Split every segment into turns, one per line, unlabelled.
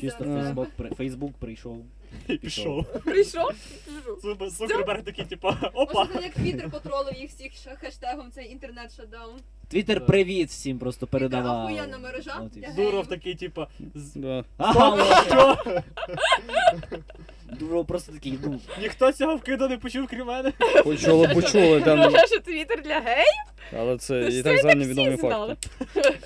Чисто
зараз.
в Фейсбук, при- Фейсбук прийшов.
І пішов.
Прийшов? Біжу.
Зуб- Цукерберг такий, типа, опа.
Може, це як Твіттер потролив їх всіх ша- хештегом, це інтернет шатдаун.
Твіттер
Да.
привіт всім просто
Така
передавав.
охуєнна мережа.
От і
для
все.
Дуров
геїв.
такий, типа, з-
Да.
Стоп,
Ага, ну,
що?
Дуров просто такий, ну,
Ніхто цього вкиду не почув, крім мене.
Почули, почули Ну, там.
Вражає, що твіттер для гей?
Але це
Ну, Все
і так звані
всі
відомі
знали.
факти.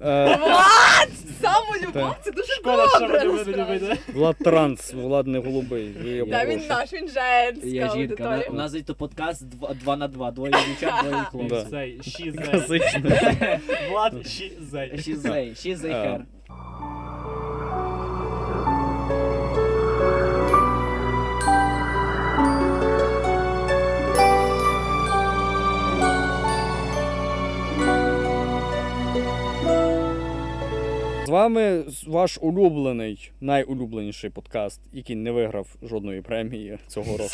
Е,
Влад! Самолюбов,
Так.
це дуже
Шкода, що
добре.
мене мене не
насправді.
вийде.
Влад транс, Влад не голубий. Ви його
Та він
прошу.
наш, він женська
я жінка.
аудиторія.
На- У нас то подкаст 2 на 2, двоє дівчат, двоє
Да.
хлопців.
Цей, щі зей.
Класично.
Влад, щі зей.
Шізей, шізей
Е.
хер.
З вами ваш улюблений, найулюбленіший подкаст, який не виграв жодної премії цього року.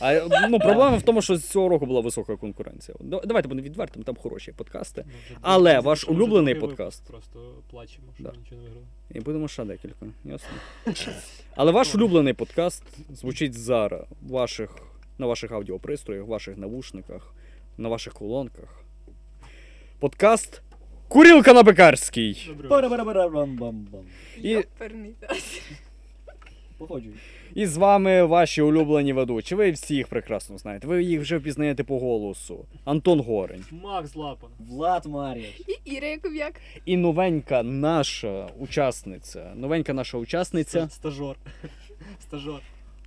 А ну, проблема в тому, що з цього року була висока конкуренція. Да- Давайте будемо відвертим, там хороші подкасти.
Ну,
Але ваш улюблений подкаст.
Просто плачемо, що
Да.
ми нічого не виграли.
І будемо ще декілька, ясно. Але ваш улюблений подкаст звучить зараз в ваших, на ваших аудіопристроях, в ваших навушниках, на ваших колонках. Подкаст Курілка на Пекарській.
Добре.
Пара-пара-пара-рам-бам-бам.
І,
Йоперний.
Походжуй.
і з вами ваші улюблені ведучі. Ви всі їх прекрасно знаєте. Ви їх вже впізнаєте по голосу. Антон Горень.
Макс Лапан.
Влад Мар'яш.
І Іра Яков'як.
І новенька наша учасниця. Новенька наша учасниця.
Стажор. Стажор.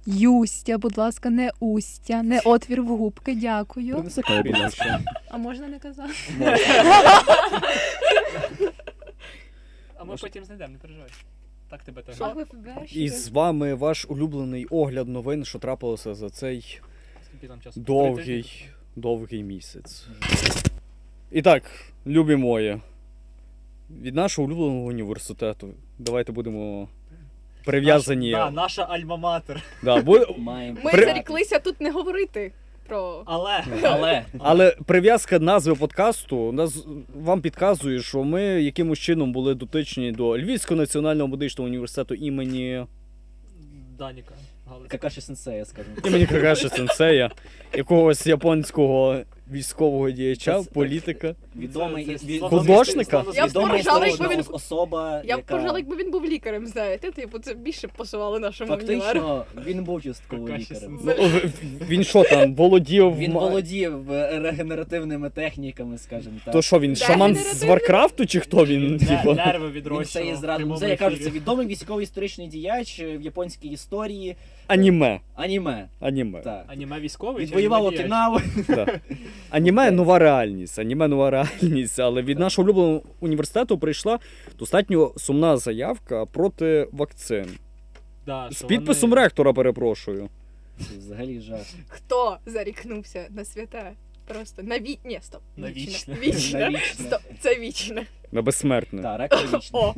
Юстя, будь ласка, не устя, не отвір в губки, дякую.
Принеси каву, будь ласка.
А можна не казати?
А ми потім знайдемо, не переживай. Так тебе теж.
Що?
І з вами ваш улюблений огляд новин, що трапилося за цей
Скільки там часу? Три тижні?
довгий, довгий місяць. І так, любі мої, від нашого улюбленого університету. Давайте будемо прив'язані.
Наш- Да, наша альма-матер.
Да, бу-
Маємо.
Ми
При-
заріклися тут не говорити про.
Але
Але.
Але прив'язка назви подкасту у нас вам підказує, що ми якимось чином були дотичні до Львівського національного медичного університету імені
Даніка. Галицька.
Какаші сенсея, скажімо.
імені Какаші Сенсея, якогось японського військового діяча, політика.
Відомий
Це-
із-
це
від-
слово-
Художника?
слово-
Я б
Відома
поржала,
історична
якби він-
ос- особа,
Я б
яка
пожала, якби він був лікарем, знаєте, типу це більше б пасувало нашому універу.
фактично він був частково
Какаші
лікарем.
сенсея.
Ну, в- він що там, володів.
Він
ма-
володів е, регенеративними техніками, скажімо так.
То що він, шаман з Варкрафту чи хто він?
Не-
Типу?
Нерви
Він все
відрощував.
і
в
зрадив.
прямому
Це, я кажу, це
ефірі.
відомий військово-історичний діяч е, в японській історії
Аніме.
аніме.
Аніме.
Так.
Аніме військовий? чи
Відвоював
аніме діяч?
Окінаву.
Да. Аніме нова реальність. Аніме нова реальність. Але від нашого улюбленого університету прийшла достатньо сумна заявка проти вакцин.
Да,
З
що
підписом
вони-
ректора, перепрошую.
Це Взагалі жах.
Хто зарікнувся на святе? Просто на ві... Ні, стоп.
Навічне.
Вічне.
Навічне.
Стоп, це вічне.
На безсмертне.
Так, ректор вічний.
О,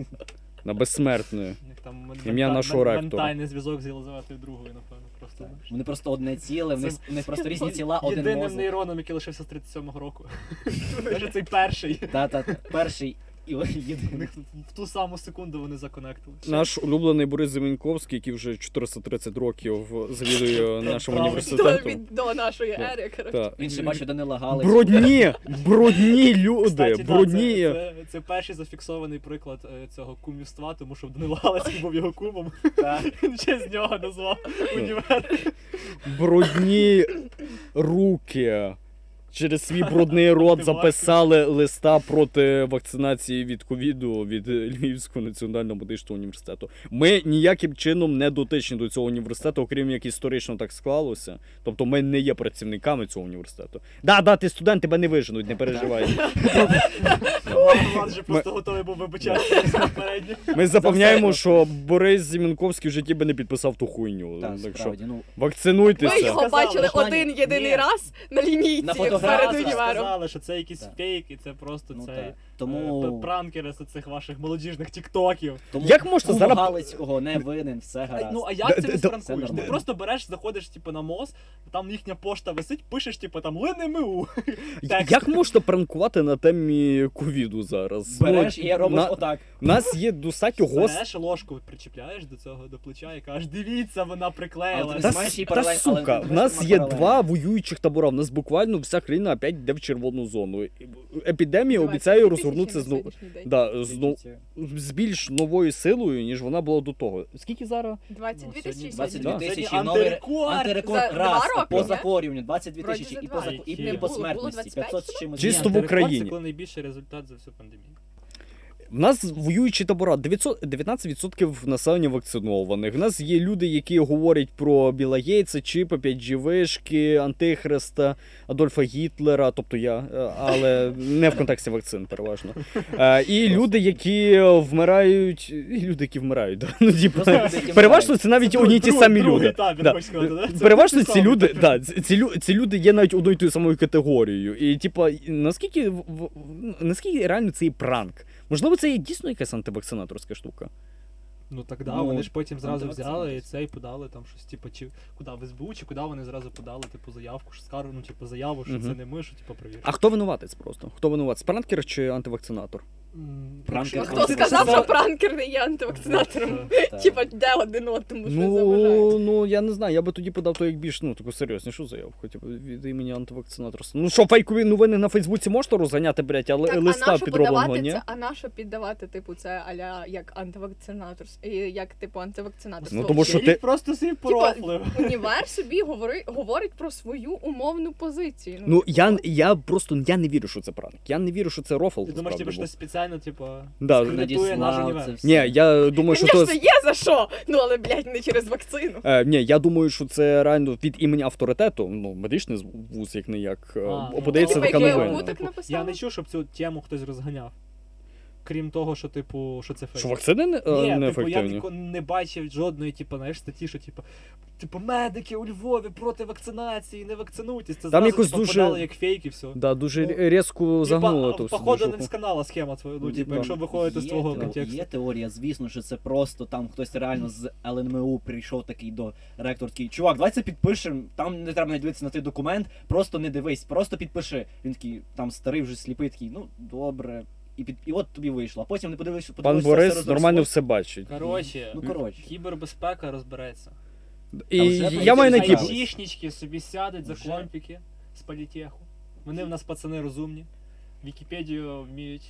На безсмертне.
У них там мен-
Ім'я
мента-
нашого
мен-
ректора.
Ментальний зв'язок з Єлизаветою Другою, напевно, просто.
Так.
знаєш.
Вони просто одне ціле, в них,
Це
в них просто різні
Ой,
тіла, один
Єдиним
мозок.
нейроном, який лишився з 37-го року. Даже цей перший.
Та, та, та. Перший і о-
У
єдиний.
них в ту саму секунду вони законектили.
Наш улюблений Борис Зеленковський, який вже 430 років завідує нашому
Правда.
до,
університету.
від, до нашої
Да.
ери, коротше.
Так.
Він ще бачив Данила Галич.
Брудні, брудні люди,
Кстати, да,
брудні.
це, це, це перший зафіксований приклад е, цього кумівства, тому що Данило Галицький був його кумом.
Та.
Він ще з нього назвав
Ну.
універ.
брудні руки. Через свій брудний рот записали листа проти вакцинації від ковіду від Львівського національного медичного університету. Ми ніяким чином не дотичні до цього університету, окрім як історично так склалося. Тобто ми не є працівниками цього університету. Да, да, ти студент, тебе не виженуть, не переживай.
Влад же просто готовий був вибачатися попередньо.
Ми
За
запевняємо,
все.
що Борис Зімінковський в житті би не підписав ту хуйню.
Та,
Так що
справді, ну,
вакцинуйтеся.
Ми його
Сказали,
бачили
що
один
ні.
єдиний раз на лінійці.
На
як Перед
зразу ж
уніваром.
сказали, що це якийсь
Так.
фейк, і це просто
Ну,
цей
так.
е, п-
Тому,
пранкери з цих ваших молодіжних тіктоків.
тому
Як можна
Кум
зараз-
Галицького не винен, все
А,
гаразд.
Ну а як це не
Все
спранкуєш? Ти
нормально.
просто береш, заходиш типу, на МОЗ, там їхня пошта висить, пишеш, типу, там Лини МУ. Текст.
Як можна пранкувати на темі ковіду зараз?
Береш
Ну,
і робиш
на-
отак.
У нас є достатньо гост.
Береш ложку, причіпляєш до цього до плеча і кажеш, дивіться, вона
Але
приклеїлась.
ти
Та,
знаєш,
с-
і
та
паралель- але
сука,
ми
в нас
бачимо
є
паралель.
два воюючих табора. В нас буквально вся країна опять йде в червону зону. І- Епідемія
Давайте,
обіцяє
тисячі
розгорнутися
на
знову
сьогоднішній день.
да, знов- з більш новою силою, ніж вона була до того. Скільки зараз?
22 тисячі
Ну, сьогодні
сьогодні.
22
Сьогодні
тисячі і новий
антирекорд.
Антирекорд
За
раз
два роки,
по
ні?
захворюванню 22
Вроді
тисячі
за
і
два.
по зах- і-
Не
і по
було, було
смертності.
25
500 з чимось.
Чисто
Ні,
в
антирекорд-
Україні.
Це коли найбільший результат за всю пандемію.
В нас воюючі табора 900 19% населення вакцинованих. В нас є люди, які говорять про Біла Гейтса, Чіпа, 5G вишки, Антихриста, Адольфа Гітлера, тобто я, е, але не в контексті вакцин, переважно. Е, І люди, які вмирають, і люди, які вмирають. Да. Ну, типу,
Просто люди, які
переважно це навіть одні й ті
Друг-
самі
другий
люди.
табір,
Да.
хоч сказати, да? Це
Переважно
ті
ці
самі.
люди, да, ці, ці лю- ці люди є навіть одною і тою самою категорією. І типа, і наскільки в- в- ну, наскільки реально це є пранк? Можливо, це є дійсно якась антивакцинаторська штука.
Ну так да,
Ну,
вони ж потім зразу
антивакцинатор.
взяли і це і подали там щось, типу, чи куди в СБУ, чи куди вони зразу подали, типу, заявку, що скаргу, ну, типу, заяву, що
Мгм.
це не ми, що типу перевірка.
А хто винуватець просто? Хто винуватець? Пранкер чи антивакцинатор?
М,
Пранкер
якщо-
Хто
Хто
просто
сказав,
сказав-
що пранкер не є антивакцинатором?
Так.
Типа, де один одному що заважає?
ну, ну я не знаю, я би тоді подав то як більш ну таку серйознішу заявку. Типу від імені антивакцинаторства. Ну що, фейкові новини на Фейсбуці можна розганяти, блядь, але
Так, а
листа
нащо
підробленого,
подавати
ні?
це, а нащо піддавати, типу, це аля як антивакцинатор, і як типу антивакцинатор.
Ну, тому що
Чи їх
ти-
просто сів порофлив.
універ собі говори, говорить про свою умовну позицію.
Ну я, я просто я не вірю, що це пранк. Я не вірю, що це рофл.
Ти думаєш,
насправді
типу, що
був.
спеціально, типу,
Да,
кредитує
Надіслав
наш
це
універ.
все.
Ні, я думаю, що
Звісно,
то.
є за що, ну але блядь, не через вакцину.
Е, ні, я думаю, що це реально від імені авторитету. Ну, медичний вуз, як не як, е,
А, ну,
подається
Типа,
така
Типу, який
новина.
обуток?
Я
написала?
не чув, щоб цю тему хтось розганяв. Крім того, що, типу, що це фейк.
Що вакцини не,
Ні,
е,
типу, я
неефективні?
тако не бачив жодної, типу, знаєш, статті, що типу, типу, медики у Львові проти вакцинації, не вакцинуйтесь. Це Там зразу,
якось
типу,
дуже-
подали як фейк і все.
Да, дуже
Ну,
рі- різко загнуло
Типа,
ту всю
походу, не
движуху.
всканала схема твоя, ну,
Ну,
типу,
да.
якщо виходити з
Є
твого
те-
контексту.
Є теорія, звісно, що це просто там хтось реально з ЛНМУ прийшов такий до ректора, такий, чувак, давай це підпишемо, там не треба не дивитися на той документ, просто не дивись, просто підпиши. Він такий, там старий вже сліпий, такий, ну добре. І, під... і от тобі вийшло. А потім не подивився,
Пан
подивився, все
Борис
розросло.
нормально все бачить.
Коротше,
Ну коротше.
кібербезпека розбереться.
І
вже
я
пройдемо
маю на
на
кіп.
Кіпр. ІТ.
Айтішнічки собі сядуть за
Вже?
компіки з політеху. Вони в нас пацани розумні. Вікіпедію вміють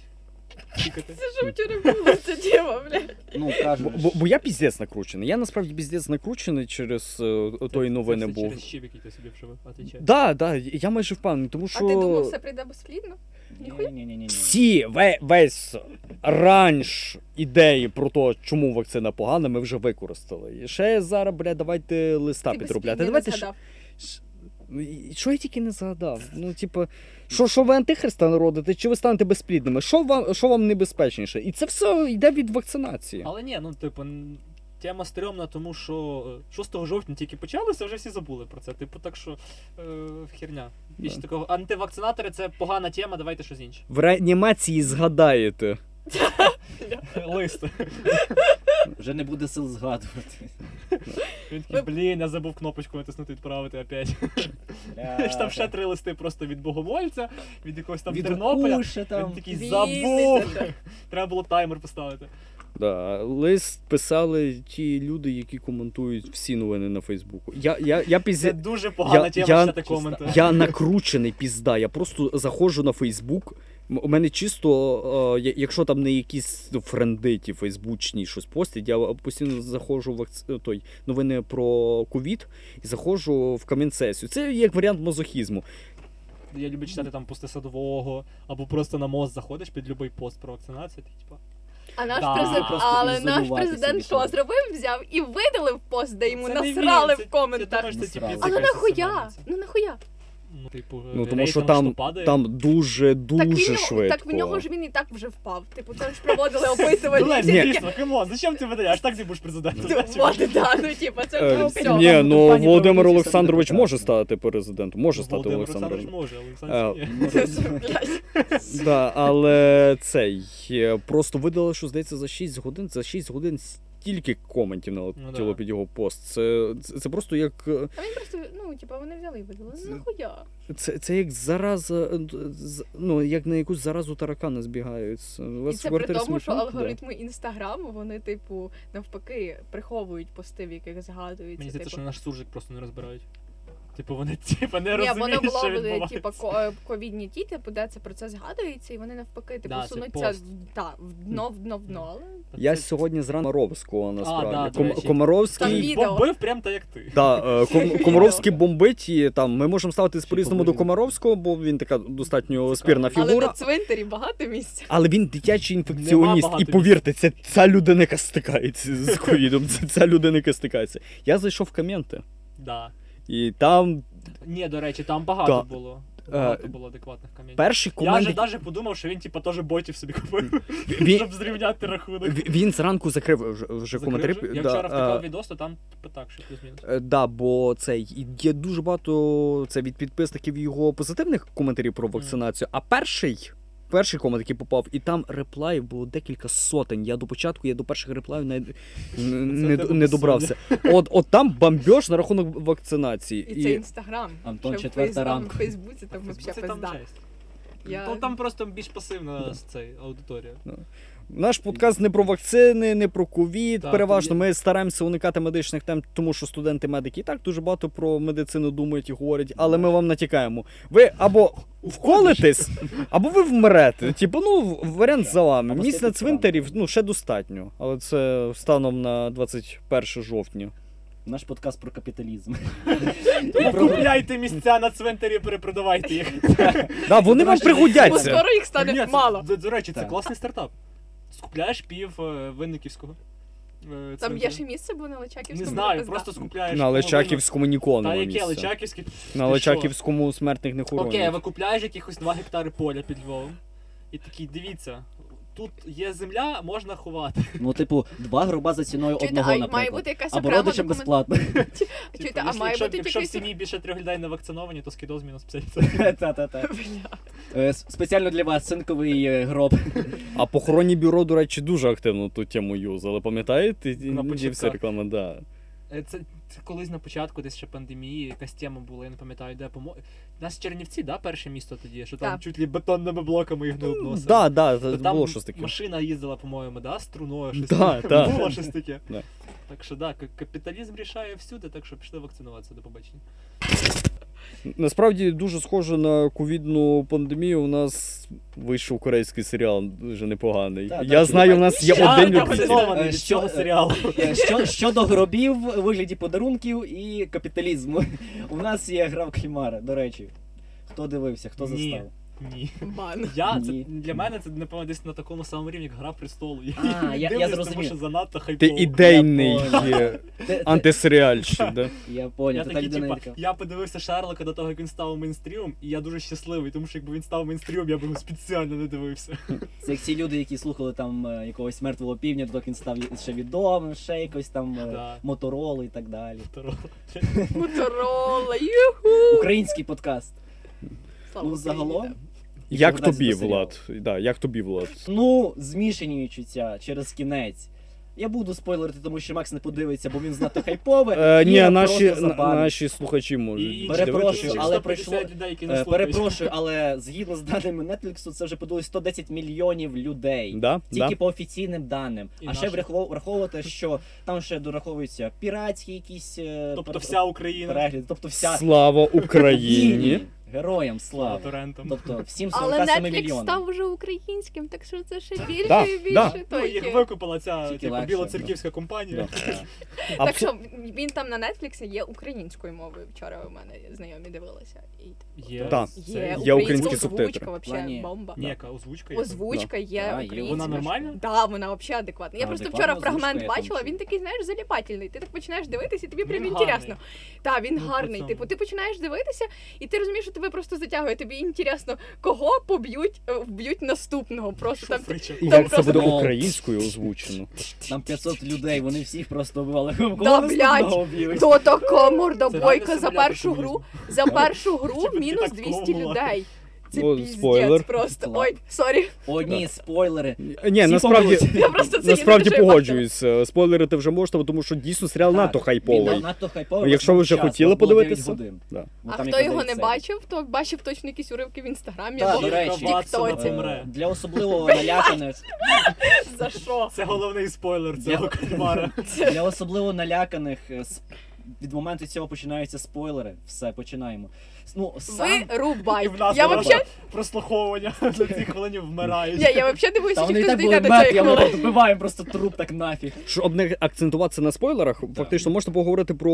чекати.
Це ж вчора було ця діва, блядь.
Ну, кажуть,
Бо, бо я піздець накручений. Я насправді піздець накручений через е, тої новини був.
Через чіп, який ти собі вживив, а ти чи?
Да, да, я майже впевнений, тому що.
А ти думав, все прийде безплідно?
ні, ні, ні, ні.
Всі ве- весь ранж ідеї про те, чому вакцина погана, ми вже використали. І ще зараз, бля, давайте листа
Ти
підробляти.
безплідне
Давайте
не
ж.
згадав.
ж- ну, і- Що я тільки не згадав? Ну, типу, що, що ви антихриста народите, чи ви станете безплідними? Що вам, що вам небезпечніше? І це все йде від вакцинації.
Але ні, ну типу. н- Тема стрьомна, тому що е, 6 жовтня тільки почалося, вже всі забули про це. Типу, так що е, херня. Більше
Да.
такого антивакцинатори це погана тема, давайте щось інше.
В реанімації згадаєте.
Лист.
Вже не буде сил згадувати.
Він такий, блін, я забув кнопочку натиснути відправити опять. Знаєш, там ще три листи просто від Богомольця, від якогось там
Від
Тернополя.
Укуша
Він
там.
такий забув.
Звісно,
Треба було таймер поставити.
Да, лист писали ті люди, які коментують всі новини на Фейсбуку. Я, я, я пізні...
Це дуже погана
я-
тема
я-
читати коменти.
Я накручений пізда. Я просто заходжу на Фейсбук. М- У мене чисто, е, я- якщо там не якісь френди ті фейсбучні щось постять, я постійно заходжу в акц- е, той новини про ковід і заходжу в камінцесію. Це як варіант мазохізму.
Я люблю читати там пусти садового, або просто на мост заходиш під будь-який пост про вакцинацію. Ти, типу,
А наш
Да.
президент,
Просто
але наш
ізолюватися від
президент
того.
що зробив? Взяв і видалив пост, де йому
«Це не він,
насрали
це-
в коментах.
Ти думаєш, це, типу,
Насрали.
Але
якась
нахуя?
сенсація.
Ну нахуя?
Ну, типу,
Ну тому що
рейтинг,
там,
падає.
там дуже
Так,
дуже
він,
швидко.
так в нього ж він і так вже впав. Типу, це ж проводили опитування.
Блядь,
всі
Ні.
такі,
дійсно, камон, зачем ти мене? Аж так не будеш президентом.
«Ти, Вот, да, ну типу, це
Е,
вже
Ну,
все.
всьо,
Ні,
там
ну
компанії
Володимир
проводять,
Олександрович
все буде
може
прекрасно.
стати президентом. Може стати
Володимир Олександрович
Олександром.
може,
Е,
Олександр ні.
Е, Блядь.
Да, але цей е, просто видали, що здається, за 6 годин. За 6 годин стільки коментів налетіло
Ну да.
під його пост. Це, це, це просто як. е,
А він просто, ну, типу, вони взяли і видали.
Це-
Ну хуя.
Це, це як зараза, е, з- ну як на якусь заразу таракани збігаються. У
І
вас
це
в
при
квартирі
тому, що
смітник, да?
алгоритми інстаграму вони, типу, навпаки, приховують пости, в яких
Мені
згадуються.
здається,
Типу,
що наш суржик просто не розбирають. Типу, вони типу, не
Ні, воно
розуміють,
було
що
в
відбувається.
типу ко- ковідні ті, типу, де це про це згадується, і вони навпаки, типу,
Да, це
сунуться
пост.
в- та, в дно, в дно, в дно, але
Я
Це-
сьогодні зранку Комаровського
да,
насправді.
до
Ком-
речі.
Там
Комаровський
він- Відео.
Бомбив прям так, як ти.
Да, е, Ком- Комаровський бомбить і там ми можемо ставитись
Ще
по-різному до
поближче.
Комаровського, бо він така достатньо спірна
але на
фігура.
цвинтарі багато місця.
Але він дитячий інфекціоніст,
багато
і повірте, це ця людина, яка стикається з ковідом. Це ця людина, яка стикається. Я зайшов в коменти,
Да.
і там
Ні, до речі, там багато
Да.
було.
Е,
Багато було адекватних камінь.
перші
Я
коменти.
вже навіть подумав, що він типу теж ботів собі купив,
Він,
щоб зрівняти рахунок.
в- він зранку закрив вже, вже
Закрив
коментарі.
же? Я
да,
вчора
е,
втикав відос, то там типу так, що плюс-мінус.
Е, Да, бо це й- є дуже багато це від підписників його позитивних коментарів про вакцинацію. А перший. Перший комент, який попав, і там реплаїв було декілька сотень. Я до початку, я до перших реплаїв не, не,
тебе
не добрався. От, от там бомбьош на рахунок вакцинації.
І це інстаграм.
Антон,
Ще в
четверта
Фейс-
ранку.
В Фейсбуці там
Це
взагалі
там
пизда.
жесть.
Я-
То там просто більш пасивна з цей аудиторія.
Наш подкаст не про вакцини, не про ковід.
Так,
Переважно
то
ми стараємося уникати медичних тем, тому що студенти-медики і так дуже багато про медицину думають і говорять, але ми вам натякаємо. Ви або вколитесь, або ви вмрете. Типу, ну варіант за вами.
Або
Місць на
стати
цвинтарів ну ще достатньо, але це станом на 21 жовтня.
Наш подкаст про капіталізм.
Тому купляйте місця на цвинтарі, перепродавайте їх.
Да, вони вам
Бо
пригодяться.
скоро їх
Ні,
стане
це-
мало.
До, до речі, це
Так.
класний стартап. Скупляєш пів е, Винниківського. е,
Там
цвинтаря.
є ще місце, бо на Личаківському
Не
це
знаю,
пизда.
просто скупляєш.
На
половину.
Личаківському ніколи
Та
немає
яке
місця.
Личаківське? Ти
На
що?
Личаківському смертних не
Окей,
хоронять.
ви купляєш якихось 2 гектари поля під Львовом. І такий, дивіться, тут є земля, можна ховати.
Ну, типу, два гроба за ціною
Чуєте,
одного,
а має
наприклад.
бути якась
Або
окрема
родичам
документ...
безплатно.
Чуєте,
Типу,
а
якщо-
має
якщо-
бути
Якщо в
якийсь...
сім'ї більше трьох людей не вакциновані, то скидоз мінус 50.
Та-та-та.
Бля.
Е, с- Спеціально для вас цинковий е, гроб.
А похоронні бюро, до речі, дуже активно ту тему юзали. Пам'ятаєте?
На
Ні,
початках.
вся реклама, да.
Е, Це, це колись на початку, десь ще пандемії, якась тема була, я не пам'ятаю, де помо. У нас Чернівці, да, перше місто тоді, що там
Так.
чуть лі бетонними блоками їх не
Ну,
обносили.
Да, да,
Та
це
там
було щось таке.
машина їздила, по-моєму, да, струною щось.
Да,
таке.
да.
Було щось таке.
Да.
Так що да, к- капіталізм рішає всюди, так що пішли вакцинуватися до побачення.
Насправді дуже схоже на ковідну пандемію. У нас вийшов корейський серіал дуже непоганий.
Та,
Я
так,
знаю, у нас є
Я
один
так,
любитель.
так.
вакцинований
Е,
від
що-
цього серіалу.
Е, Що, щодо гробів у вигляді подарунків і капіталізму. У нас є гра в Хімара, до речі. Хто дивився, хто
Ні.
застав?
Ні.
Бан.
Я це
Ні.
для мене це напевно десь на такому самому рівні, як гра престолу. Я,
А,
її
я- я
дивлюсь, тому
зрозумів.
що занадто
Ти
хайпово.
ідейний
Я понял.
е,
Те- те-
антисеріальщик, да?
Я поняв,
Я
та та
такий,
людина
типа,
така.
я подивився Шерлока до того, як він став мейнстрімом, і я дуже щасливий, тому що якби він став мейнстрімом, я б його спеціально не дивився.
Це як ці люди, які слухали там е, якогось мертвого півня, доки він став ще відомим, ще якось там
Да.
моторолу і так далі.
Второго.
Моторола, юху.
Український подкаст.
Слава
Ну, загалом.
Україні, да.
Як
повертатися
тобі,
до серіалу.
Влад? Да, як тобі, Влад?
Ну, змішані відчуття через кінець. Я буду спойлерити, тому що Макс не подивиться, бо він знато хайпове.
Е, Ні,
Іра
наші
Ну, просто
на-
забанить.
наші слухачі можуть.
Перепрошую,
дивитися.
але
150
пройшло-
людей, які
Е,
нас слухають.
Перепрошую, але згідно з даними Netflix, це вже подивилось 110 мільйонів людей.
Да, да.
Тільки по офіційним даним.
І
а ще
наших.
врахов- враховувати, що там ще дораховуються піратські якісь е,
Тобто
пер-
вся Україна
перегляди, тобто вся
Слава Україні!
Героям
слава
слава.
торрентам.
Тобто всім
Але
47
Netflix
мільйонам.
став вже українським, так що це ще більше
Да,
і
да.
більше.
Ну,
той
їх
є.
викупила ця
Тільки
типу,
легше,
білоцерківська компанія.
Так
Абсо-
що він там на Netflix є українською мовою. Вчора у мене знайомі дивилися. І
Є,
Так.
це-
є
Є українські
українська
субтитри.
озвучка, взагалі
Плані-
бомба.
Ніяка озвучка є.
Озвучка є
Да, є.
українська.
Вона нормальна?
Да, вона взагалі адекватна. Я
А,
просто
адекватна
вчора фрагмент
озвучка, я
бачила,
там
він такий, знаєш, заліпательний. Ти так починаєш дивитися, і тобі
Ну,
прям
він
інтересно. Та він
Ну, по
гарний.
цьому.
Типу, ти починаєш дивитися, і ти розумієш, що ти тебе просто затягує. Тобі інтересно, кого поб'ють, е, вб'ють наступного. Просто там
Фрича.
І
Там
як це буде
просто-
українською озвучено?
Там 500 людей, вони всіх просто вбивали. Кого
Да,
наступного вб'ють?
до такого
Це
мордобойка
реально
за
симулятор
першу гру.
комунізму.
За першу гру
Щоб ти
мінус
так
200
пробувала.
людей. Це
Ну,
піздець
спойлер.
просто.
Ладно.
Ой, сорі.
Одні спойлери.
Ні,
Всі
насправді.
помруть.
Я просто це
Насправді
я не дуже
погоджуюсь. Е, Спойлерити вже можна, тому що дійсно серіал
Так,
надто
Він
хайповий.
надто хайповий.
Ну, якщо ви вже
Час,
хотіли
там було
подивитися.
9 годин.
Да.
Бо
А
Ну, там
хто
якраз
його не
9 серій.
бачив, то бачив точно якісь уривки в інстаграмі
Так,
або
до речі.
Ватсона
Е,
помре.
Для особливо наляканих,
за що.
Це головний спойлер
Для-
цього кальмара.
для особливо наляканих е, с- від моменту цього починаються спойлери. Все, починаємо. С- Ну, сам...
І
Вирубай.
в нас
Я
зараз
вообще,
прослуховування на цій хвилині вмирають.
ні, я вообще дивуюся,
Та
що
вони і так
хтось
були
дійде до цієї
мертві, а ми
хвилини.
от вбиваємо просто труп так нафіг.
Щоб не акцентуватися на спойлерах, фактично можна поговорити про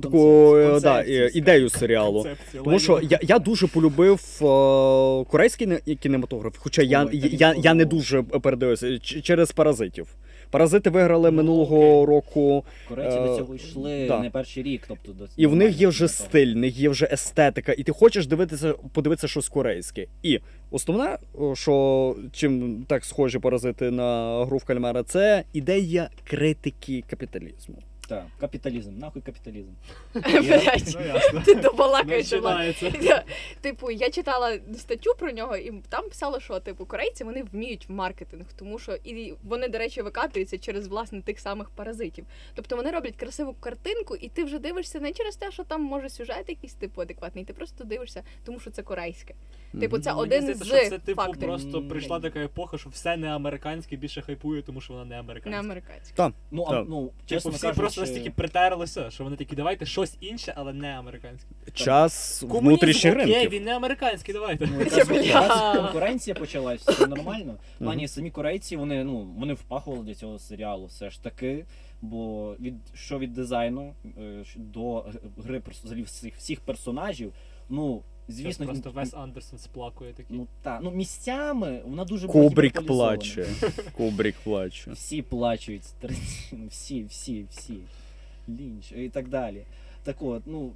Саму
таку е,
концепцію.
да, е, ідею серіалу.
Концепція,
Тому що
Леніна.
я, я дуже полюбив е, корейський не- кінематограф, хоча я,
Ой, та
я, я, я не
нікого.
дуже передивився ч- через паразитів. Паразити виграли
Ну,
минулого року,
Корейці
Е,
до цього йшли
да.
не перший рік, тобто до
і в них є
нормально
вже
до того.
стиль, в них є вже естетика, і ти хочеш дивитися, подивитися щось корейське. І основне, о, що чим так схожі паразити на гру в кальмара, це ідея критики капіталізму.
Так, капіталізм, нахуй капіталізм.
Блядь,
Ну ясно.
ти добалакаєш. Іван.
Починається.
Я- Типу, я читала статтю про нього, і там писало, що типу корейці вони вміють в маркетинг, тому що і вони, до речі, викатуються через власне тих самих паразитів. Тобто вони роблять красиву картинку, і ти вже дивишся не через те, що там може сюжет якийсь типу адекватний. Ти просто дивишся, тому що це корейське. Типу, це
Мені
один
здається,
з
що це типу
факторів.
просто
Ні.
прийшла така епоха, що все не американське більше хайпує, тому що воно не американське.
Не американське.
Ну, а,
Так.
ну,
Типу,
чесно
всі
кажучи,
просто настільки притерлися, що вони такі, давайте щось інше, але не американське.
Час
Комунізм,
внутрішніх
окей,
ринків.
він не американський, давайте.
Ну, якраз,
Бля.
якраз конкуренція почалась, все нормально. В
Мгм.
плані самі корейці, вони ну вони впахували для цього серіалу, все ж таки. Бо від що від дизайну е, ш- до г- гри перс- взагалі всіх всіх персонажів, ну звісно,
Звісно, просто
м-
Вес Андерсон сплакує такий.
ну та ну місцями вона дуже була
Кубрік
гіперболізована.
плаче. Кубрік плаче.
Всі плачуть, Тарантіно, всі, всі, всі. Лінч і так далі. Так от, ну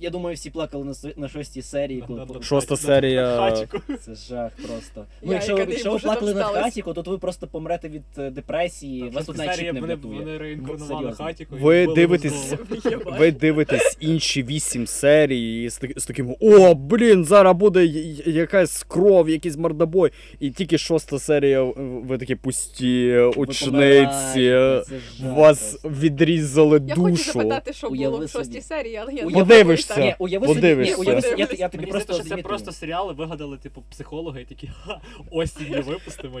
я думаю, всі плакали на, с- на шостій серії,
На-
коли
на-
по-
на-
Шоста
на-
серія-
на хатіку.
Це жах просто. Ну,
Я
якщо,
яка
якщо ви
дуже
плакали на
сталася.
хатіку, то ви просто помрете від е, депресії, вас тут
Шоста
навіть
серія,
чіп не
вони-
врятує.
Вони реінкарнували
Серйозно.
хатіку. і
Ви
вбили
дивитесь-
знову.
Ви дивитесь інші вісім серій і з, так- з таким о, блін, зараз буде я- я- якась кров, якийсь мордобой. І тільки шоста серія, в- ви такі пусті
Ви
очниці.
помираєте, це жах
Вас
просто.
відрізали
Я хочу
душу.
запитати, що було
Уяви
в шостій
собі.
серії, але я не
Уяви-
Подивишся.
пам'ятаю.
Ні, уяви
Бо
собі, ні,
дивишся.
уяви собі, я, я тобі просто
Мені просто що це
розмітую.
просто серіали вигадали, типу, психологи і такі, ха, осінню випустимо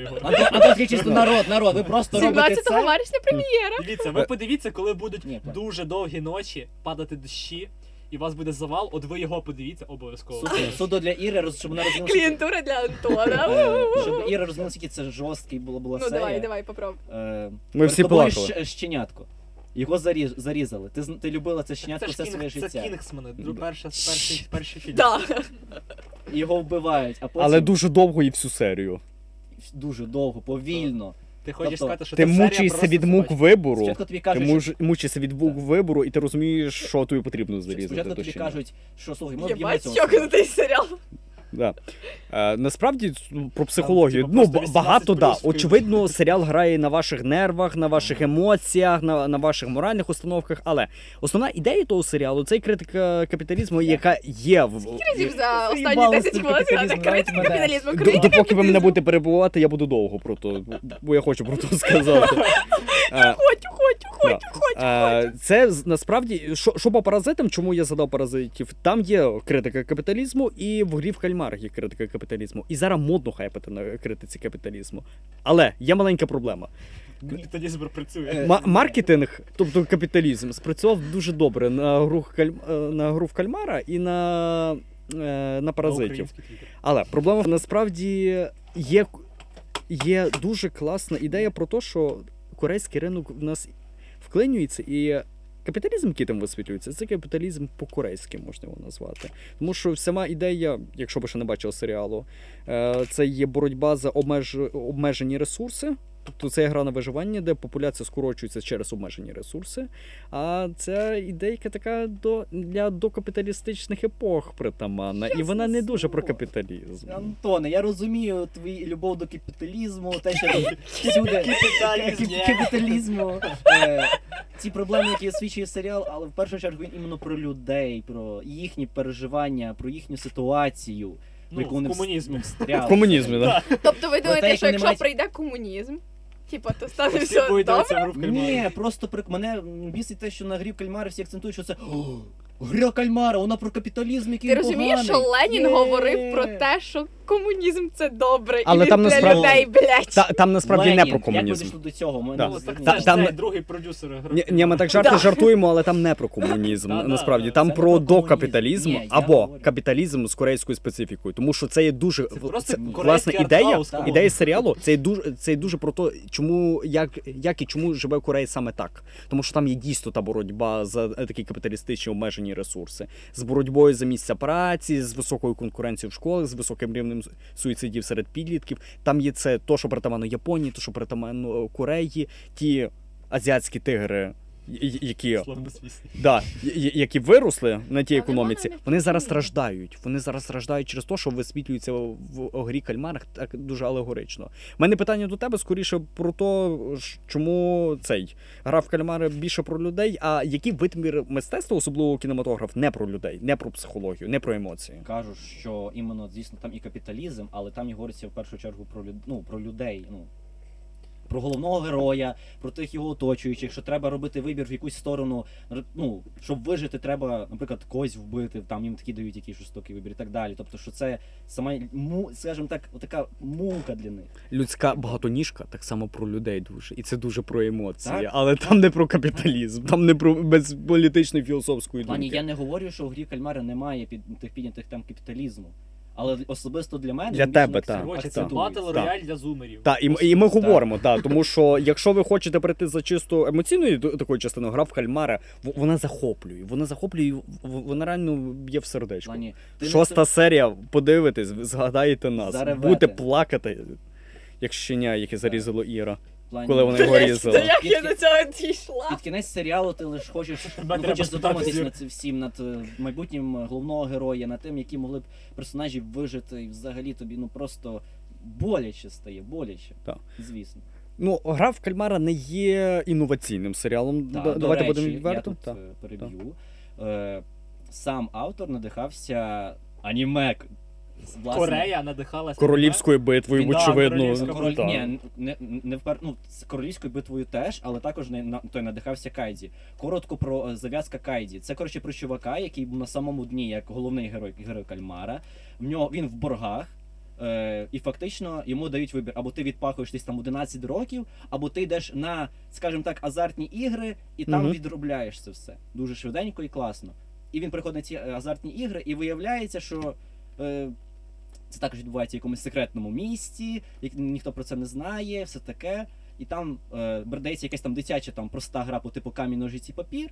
його.
Антон, Антон такий чисто народ, народ, ви просто робите
17
це.
вересня прем'єра.
Дивіться, ви подивіться, коли будуть
Е. Ні, так.
дуже довгі ночі, падати дощі, і у вас буде завал, от ви його подивіться обов'язково.
Суд- Судо для Іри, роз- щоб вона розуміла, скільки-
Клієнтура для Антона.
е, щоб Іра розуміла, скільки це жорсткий було була
Ну давай,
серія.
давай, попробуй.
Е,
Ми всі
перед тобою
плакали.
щ- щенятко. Його заріз- зарізали. Ти зн- ти любила це щенятко
Це ж
все своє
Кінг, це
життя.
Кінгсмени, дру- перша- перший перший фільм.
Да.
Його вбивають, а потім
Але дуже довго і всю серію.
дуже довго, повільно.
Ти хочеш
Тобто,
сказати, що
Ти
ця серія
мучаєшся
просто
від мук
собачка.
вибору.
Спочатку тобі
Ти
кажуть, що-
муж- мучишся від мук вибору, і ти розумієш, що тобі потрібно зарізати.
спочатку
то
тобі
ще ні.
кажуть, що слухай, ми б'ємо
Єбать,
цього.
що
чувака».
ти серіал.
Да. Е, насправді ну, про психологію.
типу,
ну,
просто
ба-
18
багато да.
плюс кинуть.
Очевидно, серіал грає на ваших нервах, на ваших емоціях, на, на ваших моральних установках. Але основна ідея того серіалу це критика капіталізму, яка є в.
Разів за останні
Заїбали з
10
цим
хвилин
капіталізмом,
на критика
навіть мене.
капіталізму.
Д-
критика
Допоки ви мене
капіталізму.
будете перебувати, я буду довго про то, бо я хочу про то сказати. Е,
Хочу, хочу, хочу,
Да.
хочу.
Е, Це з- насправді що, що по паразитам, чому я задав паразитів? Там є критика капіталізму, і в грі в кальмар є критика капіталізму. І зараз модно хайпати на критиці капіталізму. Але є маленька проблема.
Ні, Тоді збір працює. Ну,
Е,
Ма- маркетинг, тобто капіталізм, спрацював дуже добре на гру, в кальм- е, на гру в кальмара і на, е, на паразитів.
Український твіттер.
Але проблема насправді є, є дуже класна ідея про те, що корейський ринок в нас вклинюється і. Капіталізм, який там висвітлюється, це капіталізм по-корейськи, можна його назвати. Тому що сама ідея, якщо ви ще не бачили серіалу, е, це є боротьба за обмеж... обмежені ресурси, Тобто це гра на виживання, де популяція скорочується через обмежені ресурси. А ця ідейка така до для докапіталістичних епох притаманна, і вона не дуже про капіталізм.
Антоне, я розумію твою любов до капіталізму, те, що там всюди кап- капіталізму. Е, Ці проблеми, які освічує серіал, але в першу чергу він іменно про людей, про їхні переживання, про їхню ситуацію, в
Ну,
яку
в
вони вс-
комунізмі.
встряли.
В комунізмі, так.
Тобто ви
те,
думаєте,
як
що
вони
якщо
мають-
прийде комунізм, типа, то стане
Всі
все
будуть
добре?
дивитися в гру в кальмара.
Ні, просто при... мене бісить те, що на грі в кальмари всі акцентують, що це «О, гра кальмара, вона про капіталізм, який
Ти розумієш,
поганий».
що Ленін
Є.
говорив про те, що комунізм це добре,
Але
і
там
він для
насправді-
людей, блядь.
Та, там насправді
Ленін,
не про
Як
комунізм.
ви дійшли до цього? Ми-
Да.
ну,
Ну, так
та-
це ж
там-
цей другий продюсер гри.
Ні, ні, ми так жарти
Да.
жартуємо, але там не про комунізм.
Да, да,
насправді
да,
там
це не
про
про комунізм.
докапіталізм
Ні, я
або
говорю.
капіталізм з корейською специфікою, тому що це є дуже
Це просто
це,
корейський
власне ідея.
артхаус, камон.
Ідея серіалу це є дуже це є дуже про те, чому як, як і чому живе Корея саме так. Тому що там є дійсно та боротьба за е, такі капіталістичні обмежені ресурси з боротьбою за місця праці, з високою конкуренцією в школах, з високим рівнем су- суїцидів серед підлітків. Там є це то, що притаманно Японії, то що притаманно е, Кореї, ті азіатські тигри, я- я- які
Славнозвісні.
Да, я- я- які виросли на тій
Але
економіці,
вона не
вони зараз
впливає.
страждають. Вони зараз страждають через те, що висвітлюється в в грі кальмарах так дуже алегорично. У мене питання до тебе скоріше про те, чому цей гра в кальмари більше про людей, а який витмір мистецтва, особливо кінематограф, не про людей, не про психологію, не про емоції.
кажу, що іменно, звісно, там і капіталізм, але там і говориться в першу чергу про люд... ну, про людей. Ну. Про головного героя, про тих його оточуючих, що треба робити вибір в якусь сторону. Р- Ну, щоб вижити, треба, наприклад, когось вбити, там їм такі дають якийсь жорстокий вибір і так далі. Тобто, що це сама, му, скажімо так, така мука для них.
Людська багатоніжка так само про людей дуже, і це дуже про емоції,
Так.
але там не про капіталізм, там не про без політичної філософської
В плані,
думки.
я не говорю, що в грі кальмара немає під тих піднятих там капіталізму. Але особисто для мене
Для
він більше
тебе,
на
так.
Коротше, це
акцентується.
батл
Так.
рояль для зумерів.
Та, і, м- і ми говоримо, та, тому що якщо ви хочете прийти за чисто емоційною до- такою частиною, гра в кальмара, в- вона захоплює. Вона захоплює, і в- вона реально б'є в
В
сердечко.
плані, ти не
Шоста серія, подивитесь, згадаєте нас,
Заревете.
будете плакати, як щеня, яке зарізало Іра,
в плані-
коли вона його різала.
Та як я до цього дійшла?
Під кінець серіалу ти лише хочеш, ну,
треба
хочеш
спитати
задуматись
зір.
над цим всім, над е, майбутнім головного героя, над тим, які могли б персонажі вижити, і взагалі тобі ну просто боляче стає, боляче.
Так.
Звісно.
Ну, гра в кальмара не є інноваційним серіалом.
Та,
Ну, Да-
до
Давайте
речі,
будемо
я
відверто.
тут
Та.
е, переб'ю. Е, сам автор надихався аніме. з- власне,
Корея надихалася.
Королівською битвою,
Він- Да,
очевидно.
королівська
Король...
та.
Ні, не, не впер... ну, з королівською битвою теж, але також не, на, той надихався Кайдзі. Коротко про е, зав'язка Кайдзі. Це коротше про чувака, який був на самому дні як головний герой, герой Кальмара. В нього він в боргах. Е, і фактично йому дають вибір: або ти відпахуєш десь там 11 років, або ти йдеш на, скажімо так, азартні ігри, і там
Мгм.
відробляєш це все дуже швиденько і класно. І він приходить на ці е, азартні ігри, і виявляється, що е, це також відбувається в якомусь секретному місті, як ніхто про це не знає, все таке. І там е, бердається якась там дитяча там проста гра по типу камінь, ножиці, папір.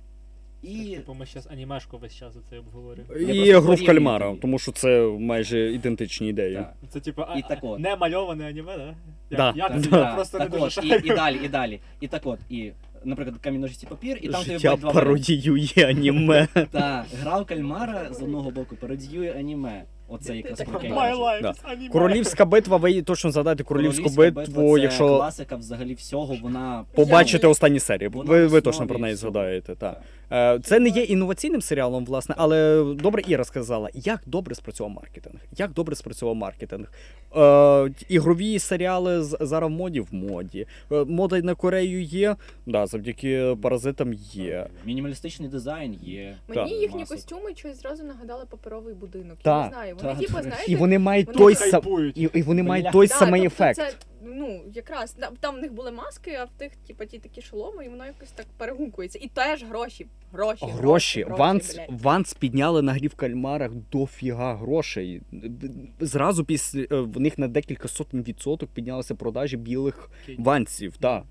І
Типу, ми зараз анімешку весь час за це обговорюємо.
Я
І
просто
гру в
порівнюю
кальмара,
тобі.
тому що це майже ідентичні ідеї.
так.
Це типу а,
І так от.
не мальоване аніме, да? Як-
Да.
Як це?
Так,
Я просто не
так
дуже
от, і,
шарю.
і далі, і далі. І так от, і, наприклад, камінь, ножиці, папір, і там тобі
Життя
будуть два варіанти.
пародіює аніме.
Та гра в кальмара з одного боку пародіює аніме. Оце якраз про яке я
My
кажу.
life
Да.
is anime.
Королівська битва, ви її точно згадаєте королівську, битву,
це
якщо
класика взагалі всього, вона
побачите останні серії.
Вона
Ви, ви
основі
точно про неї
всього.
згадаєте. Та. Е, Це не є інноваційним серіалом, власне, але добре Іра сказала, як добре спрацював маркетинг. Як добре спрацював маркетинг. Е, ігрові серіали з- зараз в моді в моді. Е, мода на Корею є, да, завдяки паразитам є.
мінімалістичний дизайн є.
Мені
Так.
їхні
Масок.
костюми чогось зразу нагадали паперовий будинок. Я
Так,
не знаю. Вони
так,
типу,
до
знаєте,
І вони мають
Вони
той
хайпують.
сам. І, і вони мають той
Да,
самий
тобто
ефект.
Це, ну, якраз да, там в них були маски, а в тих, типу, ті такі шоломи, і воно якось так перегукується. І теж гроші. Гроші.
Гроші. Ванс,
блядь.
Ванс підняли на грі в кальмарах дофіга грошей. Зразу після е, в них на декілька сотень відсоток піднялися продажі білих
Окей.
ванців. Та.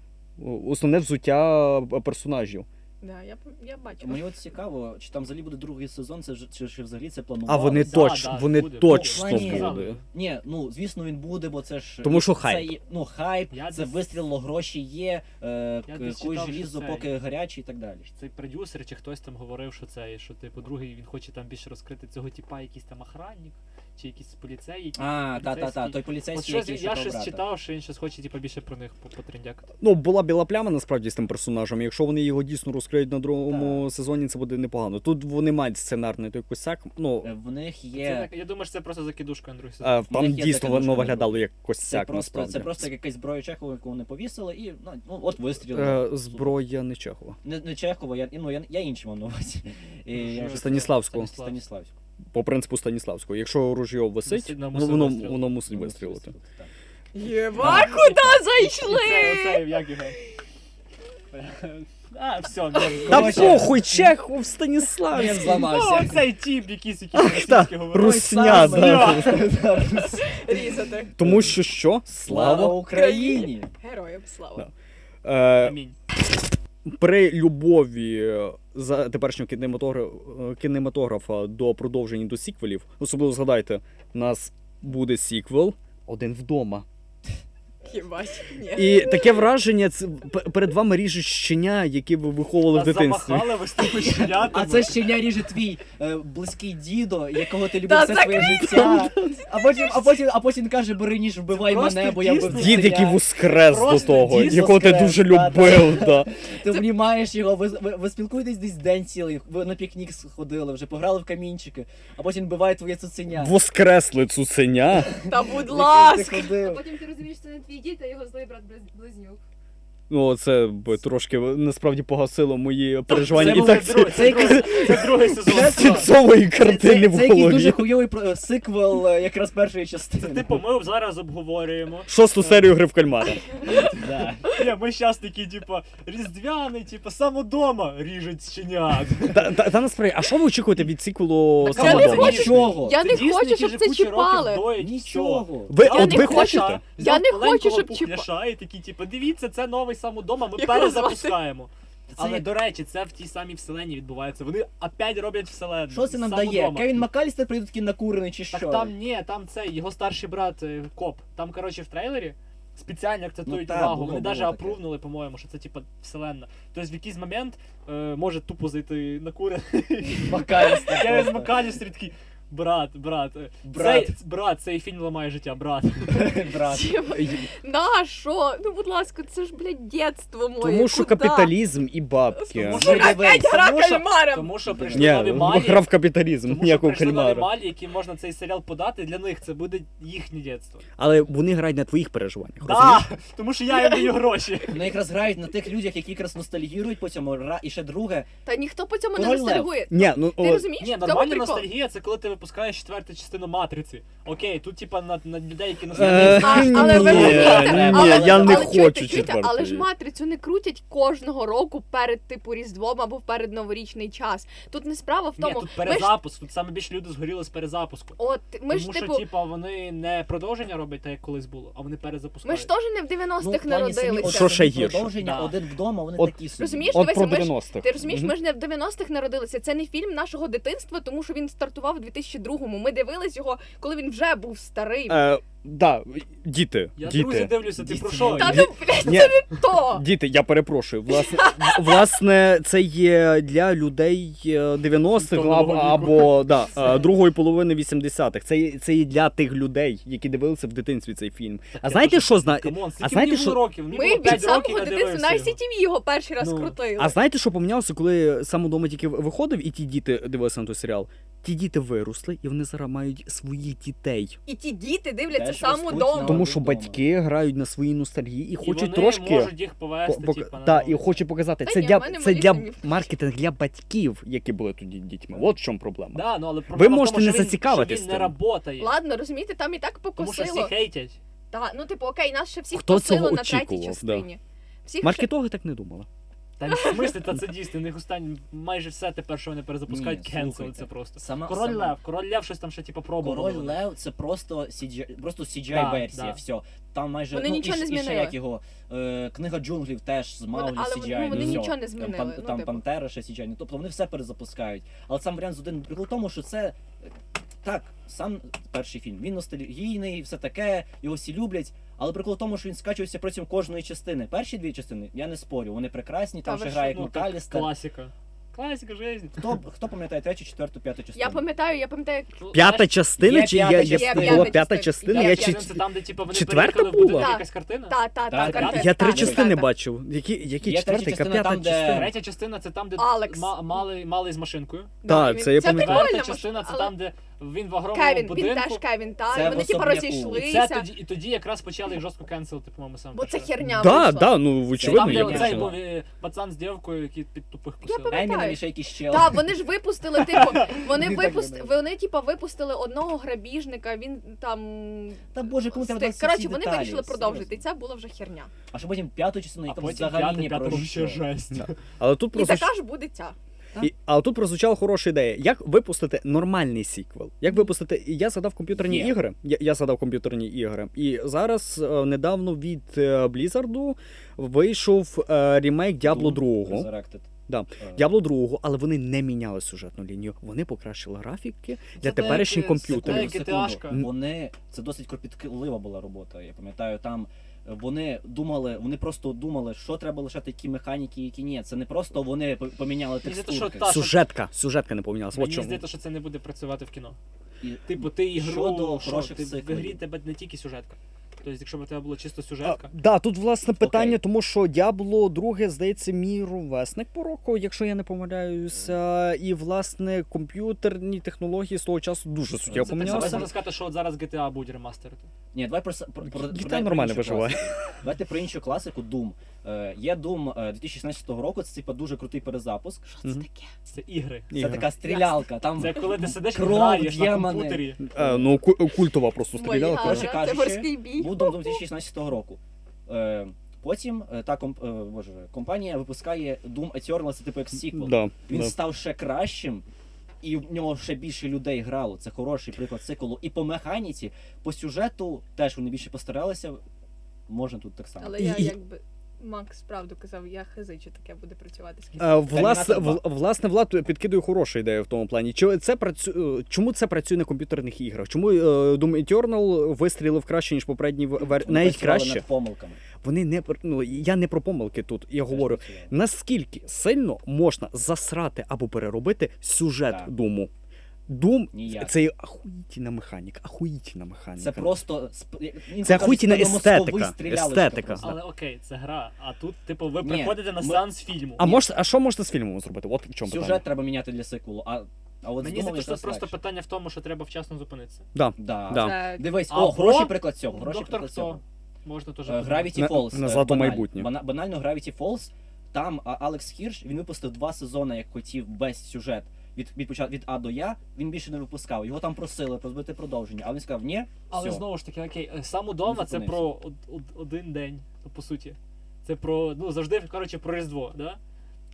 О- Основне взуття е, персонажів.
Да, я, п- я бачу.
Мені от цікаво, чи там взагалі буде другий сезон, це ж- чи, чи взагалі це планували.
А вони
Да,
точно,
да,
вони
буде.
точно
Ну, плані.
буде.
Ні, ну звісно він буде, бо це ж
Тому що
це
хайп.
є- ну хайп,
Я
це
десь-
вистріло, гроші є, е,
Я
к-
десь
куй
читав,
желізо,
що це-
поки гарячий і так далі.
Цей продюсер чи хтось там говорив, що це, що типу другий він хоче там більше розкрити цього типа, якийсь там охранник, чи якийсь поліцей. який-
А, та та та
Поліцейський.
той
От
поліцейський,
щось
який
я
шукав
щось
брата.
читав, що він щось хоче типу, більше про них по- потрендякати.
Ну, була біла пляма насправді з тим персонажем. Якщо вони його дійсно розкриють на другому сезоні, це буде непогано. Тут вони мають сценарний той косяк. Ну
Е, В них
Це
є
так- я думаю, що це просто закидушка на другий сезон.
е,
в
там
них є
дійсно
така
воно
дужка
виглядало як
це
косяк.
просто,
насправді.
це просто якась зброя Чехова, яку вони повісили, і ну, ну от
Е,
вистріли.
зброя не Чехова.
Не, не Чехова, я ну я, я інші мав на увазі. І я вже
Станіславського.
Станіслав.
Станіславську.
По принципу Станіславського. Якщо ружьо висить,
Висить, нам
ну,
мусить
воно,
вистрілити.
воно мусить вистрілити.
Так.
Єва, куди
Це,
зайшли?
це, як його? А, ну, все, не
Та
Короче,
похуй, Чехов,
Я
Станіславський.
зламався.
Ну, цей тіп, якийсь якийсь російський говорить.
Русня, да.
Різати.
Тому що що?
Слава
Слава.
Україні!
Героям слава.
Да. Е,
Амінь.
при любові е, за теперішнього кінематографа, кінематографа до продовжень і до сіквелів, особливо згадайте, у нас буде сіквел. Один вдома.
Хібать, ні.
І таке враження це п- перед вами ріжуть щеня, яке ви виховували в
Нас
дитинстві.
замахали виступи щенятами.
А це щеня ріже твій е, близький дідо, якого ти любив
Та
все своє життя. А потім, а потім, а потім каже, бери ніж, вбивай
просто
мене, бо я
дійсно
вбив
Дід,
це
який
я».
воскрес до
Просто
того,
дід
якого ти
воскрес,
дуже
да,
любив. Да.
Ти обнімаєш його, ви, ви, ви спілкуєтесь десь день цілий, ви на пікнік сходили, вже пограли в камінчики, а потім вбиває твоє цуценя.
Воскресли цуценя.
Та будь
Ласка!
А
ласка.
потім ти розумієш, що це не твій дід, а його злий брат близ- близнюк.
Ну, це б трошки насправді погасило мої переживання.
це
І так
були
це
друзі. це
Це другий сезон.
цицової
це
картини в
якийсь дуже
голові.
хуйовий про- сиквел е, якраз першої частини.
Типу, ми зараз обговорюємо.
Шосту серію гри в кальмара.
Да.
Ні, ми щас такі, типа, різдвяний, типа, самодома ріжуть щенят.
Та, та, та насправді, а що ви очікуєте від сіквелу
Так, а
«Самодома»?
я не хочу.
Нічого.
Я не
Дійсно,
хочу,
ті
щоб
ж
це
кучі років
чіпали.
доїть, всього.
Нічого.
Ви,
Я
от
не
ви
хочу.
хочете?
Я не хочу, щоб ті-
пухляша і такі, типу, дивіться, це новий самодома, ми
Якого
перезапускаємо.
Це
Але
як-
до речі, це в тій самій вселенні відбувається. Вони опять роблять вселенну.
Що це нам
Самодома.
дає? Кевін Макалістер прийде такий накурений чи що?
Так там ні, там це його старший брат е, коп. Там, коротше, в трейлері спеціально акцентують
Ну, та,
увагу.
було,
Вони
було
навіть
таке.
опрувнули, по-моєму, що це типа вселенна. Тобто в якийсь момент е, може тупо зайти на курений.
Макалістер.
Я з
просто.
Макалістер такий. Брат, брат, е,
Брат. Ем,
Цей, брат, цей фільм ламає життя, брат.
Брат.
На що? Ну, будь ласка, це ж, блядь, дєтство моє.
Тому що
куди?
капіталізм і бабки.
Тому
Ну,
що
дивись,
Опять гра
Тому що-
кальмара.
Тому що прийшли
Ні,
нові
ну,
малі.
гра в капіталізм,
Тому що
ніякого
прийшли нові
кальмара.
малі, яким можна цей серіал подати, для них це буде їхнє дєтство.
Але вони грають на твоїх переживаннях. розумієш?
Так, тому що я їм даю гроші.
Вони якраз грають на тих людях, які якраз ностальгірують по цьому. Ра- І ще друге,
Та ніхто по цьому не
Король Лев.
ностальгує.
Ні, ну
Ти
о,
розумієш?
Ні,
В цьому
нормальна
прикол.
ностальгія це коли ти випускаєш четверту частину матриці. Окей, тут типа на, на людей, які
Е,
ностальгіють.
А, але ви
Ні,
розумієте,
ні,
але-
я не
але чуєте,
хочу
чуєте, Але ж
четвертої.
матрицю не крутять кожного року перед типу Різдвом або перед новорічний час. Тут не справа в
Ні,
тому.
тут
ми ж,
перезапуск, тут саме більше люди згоріли з перезапуску.
от ми ж
тому що,
типу,
типа, вони не продовження роблять так, як колись було, а вони
ми
перезапускають.
ж теж не в
ну,
90-х
в плані самі
народилися.
Що ще
оці
гірше?
продовження,
Да.
один вдома, вони
От-
такі собі.
Розумієш,
от про
дивися, ми ж
90-х.
Ти розумієш,
Мгм.
ми ж не в 90-х народилися. Це не фільм нашого дитинства, тому що він стартував у 2002-му. Ми дивились його, коли він вже був старий.
Е, Да, діти,
Я друзі
діти.
дивлюся, ти про
Діти.
що?
Та
ді-
ну блядь,
Ні.
це не то.
Діти, я перепрошую. Власне, власне, це є для людей е, 90-х
Того
або,
віку.
або да, е, другої половини 80-х. Це, є- це є для тих людей, які дивилися в дитинстві цей фільм. А знаєте, що зна...
Камон,
А
скільки
знаєте,
мені було
що-
років? Мені
Ми
було 5
від
років
самого
я
дитинства
дивився
на
його.
ICTV його перший раз
Ну,
крутили.
А знаєте, що помінялося, коли сам удома тільки виходив, і ті діти дивилися на той серіал? Ті діти виросли, і вони зараз мають своїх дітей.
І ті діти дивляться
Теж
саме
ростуть
дома.
на
Тому що
вдома.
батьки грають на свої ностальгії і
і
хочуть
вони
трошки.
можуть їх
по-
повести,
пок-
типа, на
Та,
нову.
і хочу показати,
Та
це
ні,
для
в мене
це
малі
для
сині.
маркетинг для батьків, які були тоді дітьми. От в чому проблема.
Да, ну, але проблема в
Ви
тому,
можете
що
не
він- що
зацікавитись
Він
тим.
не працює.
Ладно, розумієте, там і так
Тому що всі
покосило.
хейтять.
Та ну типу, окей, нас ще всіх
Хто
посило
цього
на третій
очікував, да.
частині. Всіх ще-
Маркетологи так не думали.
Та в смислі, та це дійсно, у них останні майже все тепер, що вони перезапускають,
Ні,
кенсели
слухайте.
це просто.
Сама-
Король
сама-
Лев, король Лев щось там ще типу пробував.
Король Лев це просто CGI, просто
Да,
CGI версія,
да.
все. Там майже
Вони
ну,
нічого
і,
не
ще- і ще
змінили.
як його е, книга джунглів теж з Мауглі
але
CGI.
вони- ну, вони
всьо.
нічого не
Там,
змінили,
там,
ну,
там
типу.
пантера ще CGI. Ну, тобто вони все перезапускають. Але сам варіант з один прикол в тому, що це. е, Так, сам перший фільм. Він ностальгійний, все таке, його всі люблять. Але прикол в тому, що він скачується протягом кожної частини. Перші дві частини, я не спорю, вони прекрасні,
Та
там
ви
ще
що,
грає
Ну, так,
Макалістер.
класика. Класика жизни.
Хто, хто пам'ятає третю, четверту, п'яту частину?
Я пам'ятаю, я пам'ятаю,
Ну,
як
П'ята частина,
Є
чи я,
п'ята
я-
частина. Є
була
п'ята
п'ята
частина.
частина?
Є
Я,
п'ята
чи-
Це там, де типу, вони
четверта
переїхали в будинок,
була?
якась картина?
та, та, та,
Так,
картина.
я три
Так,
частини
так,
бачив. Які, які
Є
четверта,
третя
яка
частина,
п'ята
там, де-
частина?
Третя частина це там, де
Алекс.
ма- малий, малий з машинкою.
так.
Та,
Да,
це я
це
пам'ятаю.
прикольно,
Четверта частина це
але
там, де він в огромному
Кевін, він
будинку.
теж Кевін, та,
Це
і вони
в
типу
особняку.
розійшлися.
І
І це тоді, і тоді якраз почали їх жорстко кенселити, по-моєму, саме.
Бо це херня
Да,
вийшла.
да, ну
Там,
очевидно,
де
я
оцей
оцей
бачив.
був е, пацан з дівкою, який під тупих
пам'ятаю.
посилив.
Еміном і ще якийсь чел.
Та, вони ж випустили, типу, вони
Він так
випуст,
любить.
вони, типу, випустили одного грабіжника, він там.
Та боже, кому треба
стих.
дати
Коротше,
всі
вони
деталі,
вирішили продовжити, і
серйозно.
це була вже херня.
А що потім п'яту частину,
А
яка
потім
взагалі
п'ятий,
не
п'ятий
про
ще
що.
жесть.
Але тут
І
просто
така ж буде ця.
І, але тут прозвучала хороша ідея. Як випустити нормальний сіквел? Як випустити? І Я згадав комп'ютерні
Є.
ігри. Я, я згадав комп'ютерні ігри. І зараз е, недавно від е, Blizzard вийшов е, ремейк Diablo 2.
Ну, Resurrected.
Да.
Е,
Diablo 2, але вони не міняли сюжетну лінію. Вони покращили графіки для
Це
теперішніх
деякі- це
комп'ютерів.
деякі-
секунду,
GTA-шка.
секунду. Вони це досить кропітлива була робота. Я пам'ятаю, там е, вони думали, вони просто думали, що треба лишати, які механіки, які ні. Це не просто вони по- поміняли
Мені здається, що
текстурки.
та, що-
Сюжетка, сюжетка не помінялася. От
Мені
чому.
здається, що це не буде працювати в кіно.
І,
Типу, ти ігру,
Щодо
що,
хороших
ти в
сиквелів.
грі тебе не тільки сюжетка. Тобто, якщо б у тебе була чисто
А,
сюжетка.
да, тут власне питання,
Окей.
тому що Діабло друге, здається, мій ровесник по року, якщо я не помиляюся. І власне комп'ютерні технології з того часу дуже суттєво
це так само
помінялися.
можна сказати, що от зараз GTA будуть ремастерити.
Ні, давай про с- про, про,
Ніхто
давай про
нормально
іншу
виживає.
класику. Давайте про іншу класику Doom. Е, є Doom е, 2016 року, це типа дуже крутий перезапуск.
Що це
Мгм.
таке?
Це ігри.
Це
Ігра.
така стрілялка. Там
Це коли ти сидиш і
Кров,
граєш на
демони.
комп'ютері.
А, ну, ку- культова просто
Моя
стрілялка.
коротше
гра, це
кажучи,
морський бій.
Будом до 2016 року. Е, потім е, та комп... е, боже, компанія випускає Doom Eternal, це типу як сіквел.
Да,
Він
да.
став ще кращим. І в нього ще більше людей грало. Це хороший приклад сиквелу. І по механіці, по сюжету теж вони більше постаралися. Можна тут так само.
Але
І-
я
і-
якби Макс правду казав, я хизичу таке буде працювати з
Е, Влас,
Термінатор
в- власне, Влад е, підкидує хорошу ідею в тому плані. Чи це працю... е, Чому це працює на комп'ютерних іграх? Чому е, Doom Eternal вистрілив краще, ніж попередні вер...
Вони
навіть
працювали
краще?
над помилками.
Вони не пр- ну, я не про помилки тут. Я
Теж
говорю
працювали.
наскільки сильно можна засрати або переробити сюжет
Так.
Думу. Дум
Ніяк.
це є ахуїтіна механіка, ахуїтіна механіка.
Це просто сп- як- інколи
Це
кажуть,
ахуїтіна
на мостовий
естетика,
стрілялочка
естетика.
просто.
Але окей, це гра. А тут, типу, ви
Ні,
приходите на
ми-
сеанс фільму.
А мож, а що можна з фільмом зробити? От в чому
Сюжет
питання.
треба міняти для сиквелу. А, а от
Мені здається, що
здумали,
це просто питання в тому, що треба вчасно зупинитися.
Да.
Да.
Так.
Дивись,
Або
о, хороший приклад цього. Хороший
Доктор
приклад
Хто.
цього.
Можна теж.
Е, Gravity
На-
Falls. е,
назад у
баналь-
майбутнє.
бана- Банально Gravity Falls. Там а, Алекс Хірш він випустив два сезони, як хотів, без сюжет. Від, від, почат- від А до Я він більше не випускав. Його там просили позбити продовження. А він сказав, ні,
Але
все.
знову ж таки, окей, е, сам удома це
Зупинився.
про од- од- один день, ну, по суті. Це про, ну, завжди, коротше, про Різдво, да?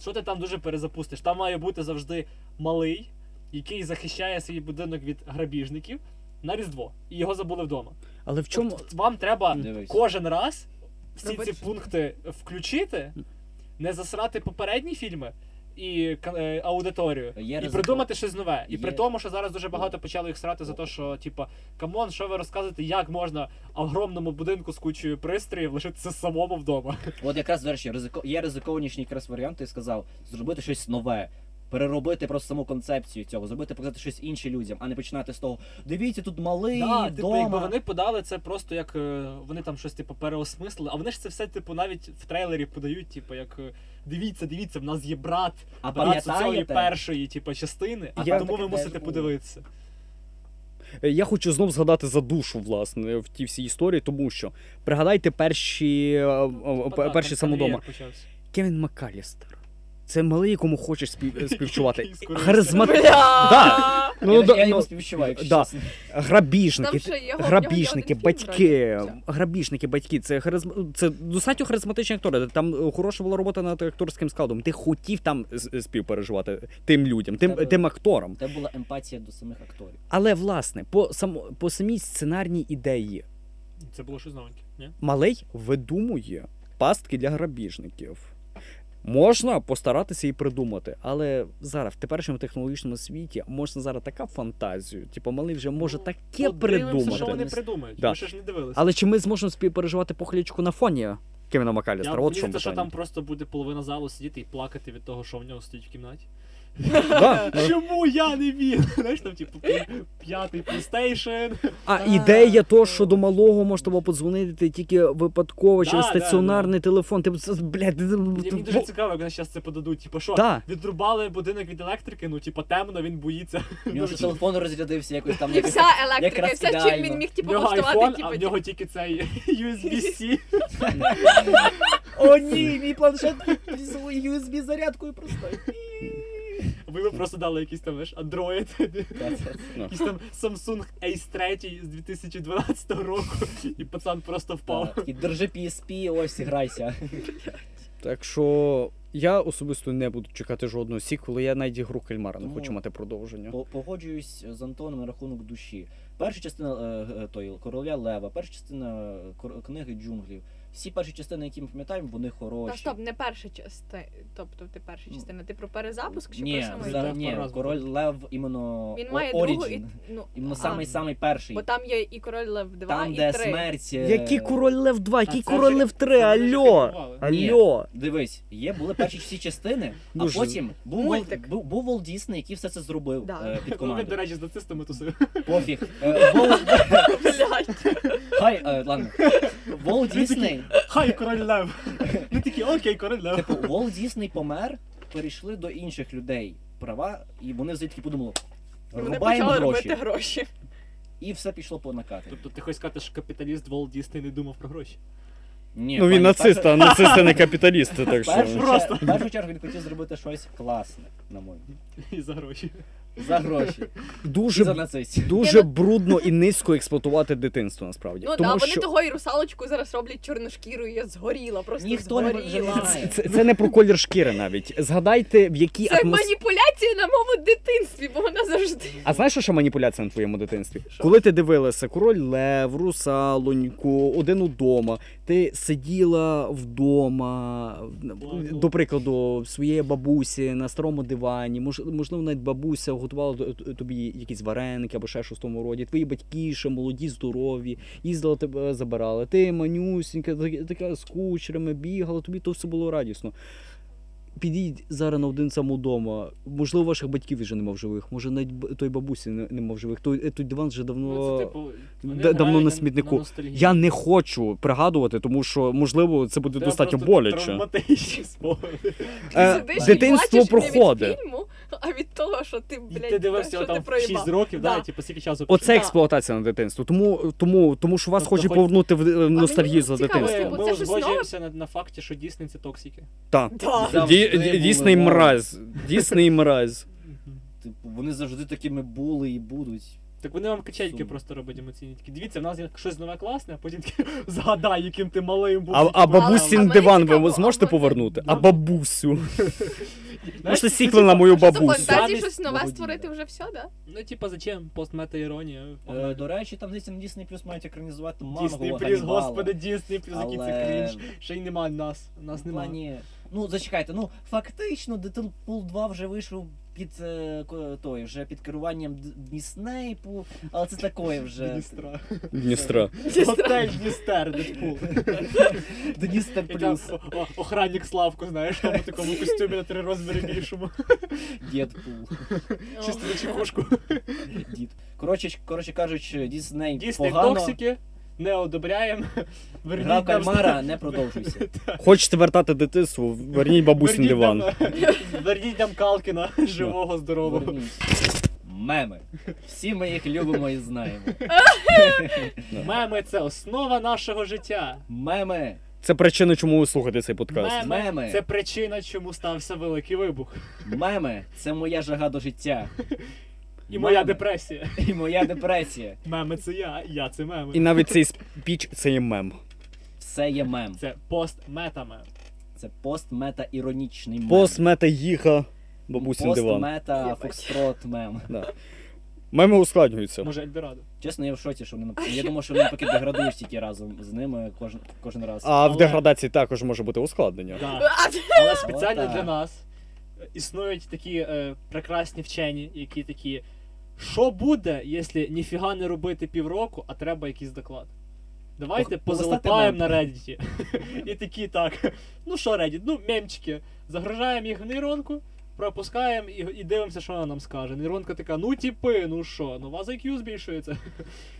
Що ти там дуже перезапустиш? Там має бути завжди малий, який захищає свій будинок від грабіжників на Різдво. І його забули вдома.
Але в чому
От вам треба
Дивись.
кожен раз всі
Робити
ці
щось.
пункти включити, не засрати попередні фільми і ка- е, аудиторію.
Є
і
ризико.
придумати щось нове. І
Є.
при тому, що зараз дуже багато почали їх срати за те, що типа камон, що ви розказуєте, як можна огромному будинку з кучою пристроїв лишитися самому вдома.
От якраз верші ризико... є ризикованіші якраз варіанти, я сказав, зробити щось нове. Переробити просто саму концепцію цього, зробити показати щось інше людям, а не починати з того. Дивіться, тут малий
Да, типу, якби
дома.
вони подали це просто як е, вони там щось типу переосмислили, а вони ж це все, типу, навіть в трейлері подають, типу, як е, дивіться, дивіться, в нас є брат,
А
брат з цієї
пам'ятаєте,
першої, типу, частини, а
Я-
тому
Таке
ви
теж
мусите
було.
подивитися.
Е, я хочу знов згадати за душу, власне, в тій всій історії, тому що пригадайте перші, е, е,
Ну,
перші
там конвейер
самодома.
почався.
Кевін Макалістер. Це малий, кому хочеш спів- е, співчувати.
Який скорився.
Харизматичний.
Бля!
Да. Ну,
я,
да,
я йому
ну,
співчуваю, якщо
да.
чесно.
Там
грабіжники,
ще є в нього-
грабіжники,
в нього є один фільм
батьки,
вроде. Все.
грабіжники, батьки. Це харизма... це достатньо харизматичні актори. Там е, хороша була робота над акторським складом. Ти хотів там з- співпереживати тим людям, тим,
Тебе-
тим акторам.
У тебе була емпатія до самих акторів.
Але власне, по само по самій сценарній ідеї
Це було щось новеньке, ні?
малей видумує пастки для грабіжників. Можна постаратися і придумати, але зараз в теперішньому технологічному світі можна зараз така фантазію. Типу, малий вже може
Ну,
таке
Подивимося,
придумати.
що вони придумають.
Да.
Ми ще ж не дивилися.
Але чи ми зможемо співпереживати похилічку на фоні Кевіна
Я
Макалістера? От що
вірю, що
питання.
там просто буде половина залу сидіти і плакати від того, що в нього стоїть в кімнаті.
Да. Ну,
Чому я не він? Знаєш, там, типу, п'я- п'ятий PlayStation.
А
Та,
ідея то,
ну.
що до малого можна подзвонити тільки випадково
Е, Да,
через
да,
стаціонарний телефон. Ти б це, блядь, ти-
Мені мені
Ну, бо-
дуже цікаво, як вони зараз це подадуть. Типу, що?
Да.
Відрубали будинок від електрики, ну типу темно, він боїться.
У нього ж телефон розрядився якось там.
І
якось-
вся електрика, і
Якраз
все, чим він
ідеально.
міг
В
типу
нього
влаштувати,
айфон, а в
типу,
нього тільки цей USB-C.
О ні, мій планшет з USB зарядкою просто.
Ви б просто дали якийсь там знаєш, Android,
Та, це- ну.
якийсь там Samsung Ace 3 з 2012 року, і пацан
та,
просто впав.
такий, Держи PSP, ось і грайся.
Так що я особисто не буду чекати жодного сіквелу, я навіть гру кальмара не
Тому-
Ну.
хочу мати продовження.
По- Погоджуюсь з Антоном на рахунок душі. Перша частина е, е, тої короля Лева, перша частина е, кор- книги джунглів. Всі перші частини, які ми пам'ятаємо, вони
Та
хороші.
стоп, не перша частина. Тобто ти перша
Ну,
частина. Ти про перезапуск чи про
Ні,
саме?
за,
Зараз
ні,
раз
король Лев іменно
Він
о-
має другу і.
Origin.
Ну,
Іменно
а,
самий самий перший.
Бо там є і король Лев 2,
Там,
і
де
3.
смерть. е,
Який король Лев 2, який
це
король
вже-
Лев 3,
це вже
альо!
кайфували.
Ні.
Альо!
Дивись, є були перші всі частини, а
Дуже.
потім був
Мультик.
Вол- був, був Walt Disney, який все це зробив
Да.
е, під
Коли, до
команду.
речі, з нацистами тусив.
Пофіг. Е, Walt-
Блядь.
Хай, е, ладно. Walt
Він такий,
Disney,
Хай король Лев. Ми такі, окей, король Лев.
типу, Walt Disney помер, перейшли до інших людей права, і вони звідки подумали,
І Вони
рубаємо
почали
гроші.
робити гроші.
І все пішло по накату.
Тобто ти хочеш сказати, що капіталіст Волт Дісней не думав про гроші.
Ні,
Ну він
пані,
нацист,
перше-
а нацисти не капіталісти, так що.
першу
Просто.
чер- В першу чергу він хотів зробити щось класне, на мою.
І за гроші.
За гроші. І за
Дуже
нацистів.
дуже брудно і низько експлуатувати дитинство насправді.
Ну
Тому
да, вони
що
того і русалочку зараз роблять чорношкіру, і я згоріла, просто
Ніхто не
згоріла.
виживає.
це, це не про колір шкіри навіть. Згадайте, в якій
Це
атмосфері.
маніпуляція на моєму дитинстві, бо вона завжди.
А знаєш, що ще маніпуляція на твоєму дитинстві? Коли ти дивилася король Лев, русалоньку, один удома, ти сиділа вдома,
Плакала.
до прикладу, в своєї бабусі на старому дивані. мож- можливо, навіть бабуся готувала т- т- тобі якісь вареники або ще щось в тому роді. Твої батьки ще молоді, здорові, їздила тебе забирала. Ти манюсінька, так- така з кучерами бігала, тобі то все було радісно. Підійдь зараз на один сам удома. Можливо, ваших батьків вже нема в живих. Може, навіть б- той бабусі не- нема в живих. Той, той диван вже давно.
Ну, це, типу, вони
да- давно
грають
на смітнику.
ностальгії.
Я не хочу пригадувати, тому що можливо це буде
Це
достатньо
просто
боляче.
Травматичні спогади.
Е,
Сидиш і
дитинство
плачеш не
проходить.
від фільму, а від того, що ти,
І
блядь,
ти дивишся
що
його
ти
там в 6
проїбав.
років, да,
Да.
і, типу, скільки часу
Оце
Да.
експлуатація на дитинство. Тому, тому, тому що вас
Тобто
хочуть
хоч-
повернути в е, ностальгію
мені
за
цікаво,
дитинство.
Тобто,
Ми,
бо
ми
це щось нове.
узгоджуємося на, на факті, що Дісней це токсики.
Так.
Да.
Завжди були
Дійсний
мор.
мразь. Дійсний мразь.
Типу, вони завжди такими були і будуть.
Так вони вам качельки
Сумно.
просто роблять емоційні. Такі дивіться, в нас є щось нове класне, а потім такі згадай, яким ти малим був.
А, а
а
бабусін
мені
диван
цікаво,
ви зможете
а вони-
повернути? А
Да.
бабусю.
Знаєш,
Можете сікли на мою
Що,
бабусю.
фантазії
Замість
щось нове
володіння.
створити вже все, да?
Ну, типа, зачем постмета іронія?
Е, до речі, там десь на Disney Plus мають екранізувати мангу.
Дісней плюс, господи, Дісней плюс, який це крінж. Ще й нема нас. Нас нема.
Ні. Ну, зачекайте, ну фактично Deadpool 2 вже вийшов під е, ко- той, вже під керуванням Д- Дніснейпу, але це такое вже.
Дністра.
Дністра.
Готель Дністер, Дедпул.
Дністер
І там
плюс
о- о- Охранник Славко, знаєш, там у такому костюмі на три розміри більшому.
Дедпул.
Чисто на чекушку.
Дід. Коротше, коротше кажучи, Дісней
Дісней
погано.
токсики. Не одобряємо. Верніть
Гра в
нам-
кальмара не продовжуйся.
Хочете вертати дитинство? Верніть бабусін
Верніть
диван.
нам- Верніть нам Калкіна, живого, здорового.
Поверніть. Меми. Всі ми їх любимо і знаємо.
Меми це основа нашого життя.
Меми
Це причина, чому ви слухаєте цей подкаст.
Меми.
Меми.
Це причина, чому стався великий вибух.
Меми це моя жага до життя.
І моя
Меми.
депресія.
І моя депресія.
Меми це я, я це меми.
І навіть цей спіч це є мем.
Все є мем.
Це постметами.
Це постмета-іронічний мем.
Постмета їха, бабусін диван.
Постмета
Є,
фокстрот мем.
Да. Меми ускладнюються.
Може, Ельдорадо.
Чесно, я в шоці, що вони я думав, що вони поки деградуєш тільки разом з ними кожен кожен раз.
А в
Але-
деградації також може бути ускладнення.
Да.
А,
Але спеціально
Отак.
для нас існують такі е, прекрасні вчені, які такі. Що буде, якщо ніфіга не робити півроку, а треба якийсь доклад? Давайте
Пох-
позалипаємо на
полистати
Reddit. І такі так. Ну що, Reddit, ну мемчики. Загружаємо їх в нейронку, пропускаємо і, і дивимося, що вона нам скаже. Нейронка така, ну тіпи, ну що, ну у вас IQ збільшується.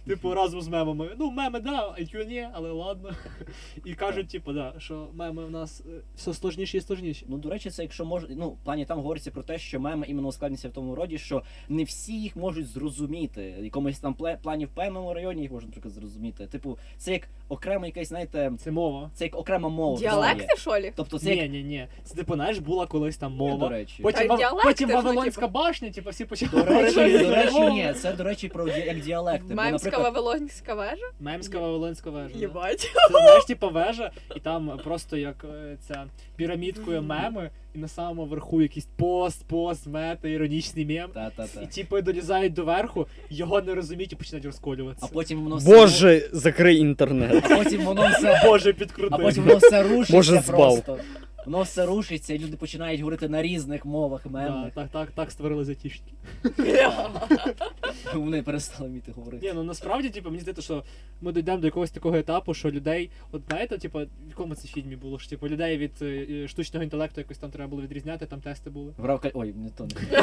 Типу, разом з мемами. Ну, меми, да, IQ ні, але ладно. І кажуть, типу, да, що меми в нас е, все сложніші і сложніші.
Ну, до речі, це якщо може, ну, в плані там говориться про те, що меми іменно ускладнюються в тому роді, що не всі їх можуть зрозуміти. В якомусь там пле- плані в певному районі їх можна наприклад, зрозуміти. Типу, це як окрема якась, знаєте,
Це мова.
це як окрема мова.
Діалекти, що лі?
Тобто це
Ні,
як
ні, ні. Це типу, знаєш, була колись там
Ні, до
мова.
речі.
Потім,
Та й
Вав-
діалекти
потім
ж, ну,
Вавилонська
типу.
башня, типу, всі почали.
До речі,
говорити
до речі,
мовою.
ні, це до речі про ді- як діалекти. Бо,
Мемська
наприклад,
Вавилонська вежа?
Мемська Вавилонська вежа. да.
Єбать.
Це знаєш, типу вежа, і там просто як е, ця пірамідкою меми, і на самому верху якийсь пост, пост, мета, іронічний мем.
та, та,
І
та.
типу долізають до верху, його не розуміють і починають розколюватися.
А потім
Ну,
воно все.
Боже, закрий інтернет.
А потім воно все.
Боже,
А
підкрутив.
потім воно все рушиться
Боже, збав.
просто. Воно все рушиться, і люди починають говорити на різних мовах
Да,
мемних.
так, так, так створили затішники.
Вони перестали вміти говорити.
Ні, ну насправді, типу, мені здається, що ми дійдемо до якогось такого етапу, що людей, от знаєте, типу, в якому це фільмі було? Що типу людей від е, е, штучного інтелекту якось там треба було відрізняти, там тести були.
Грав ка- Ой, не то не.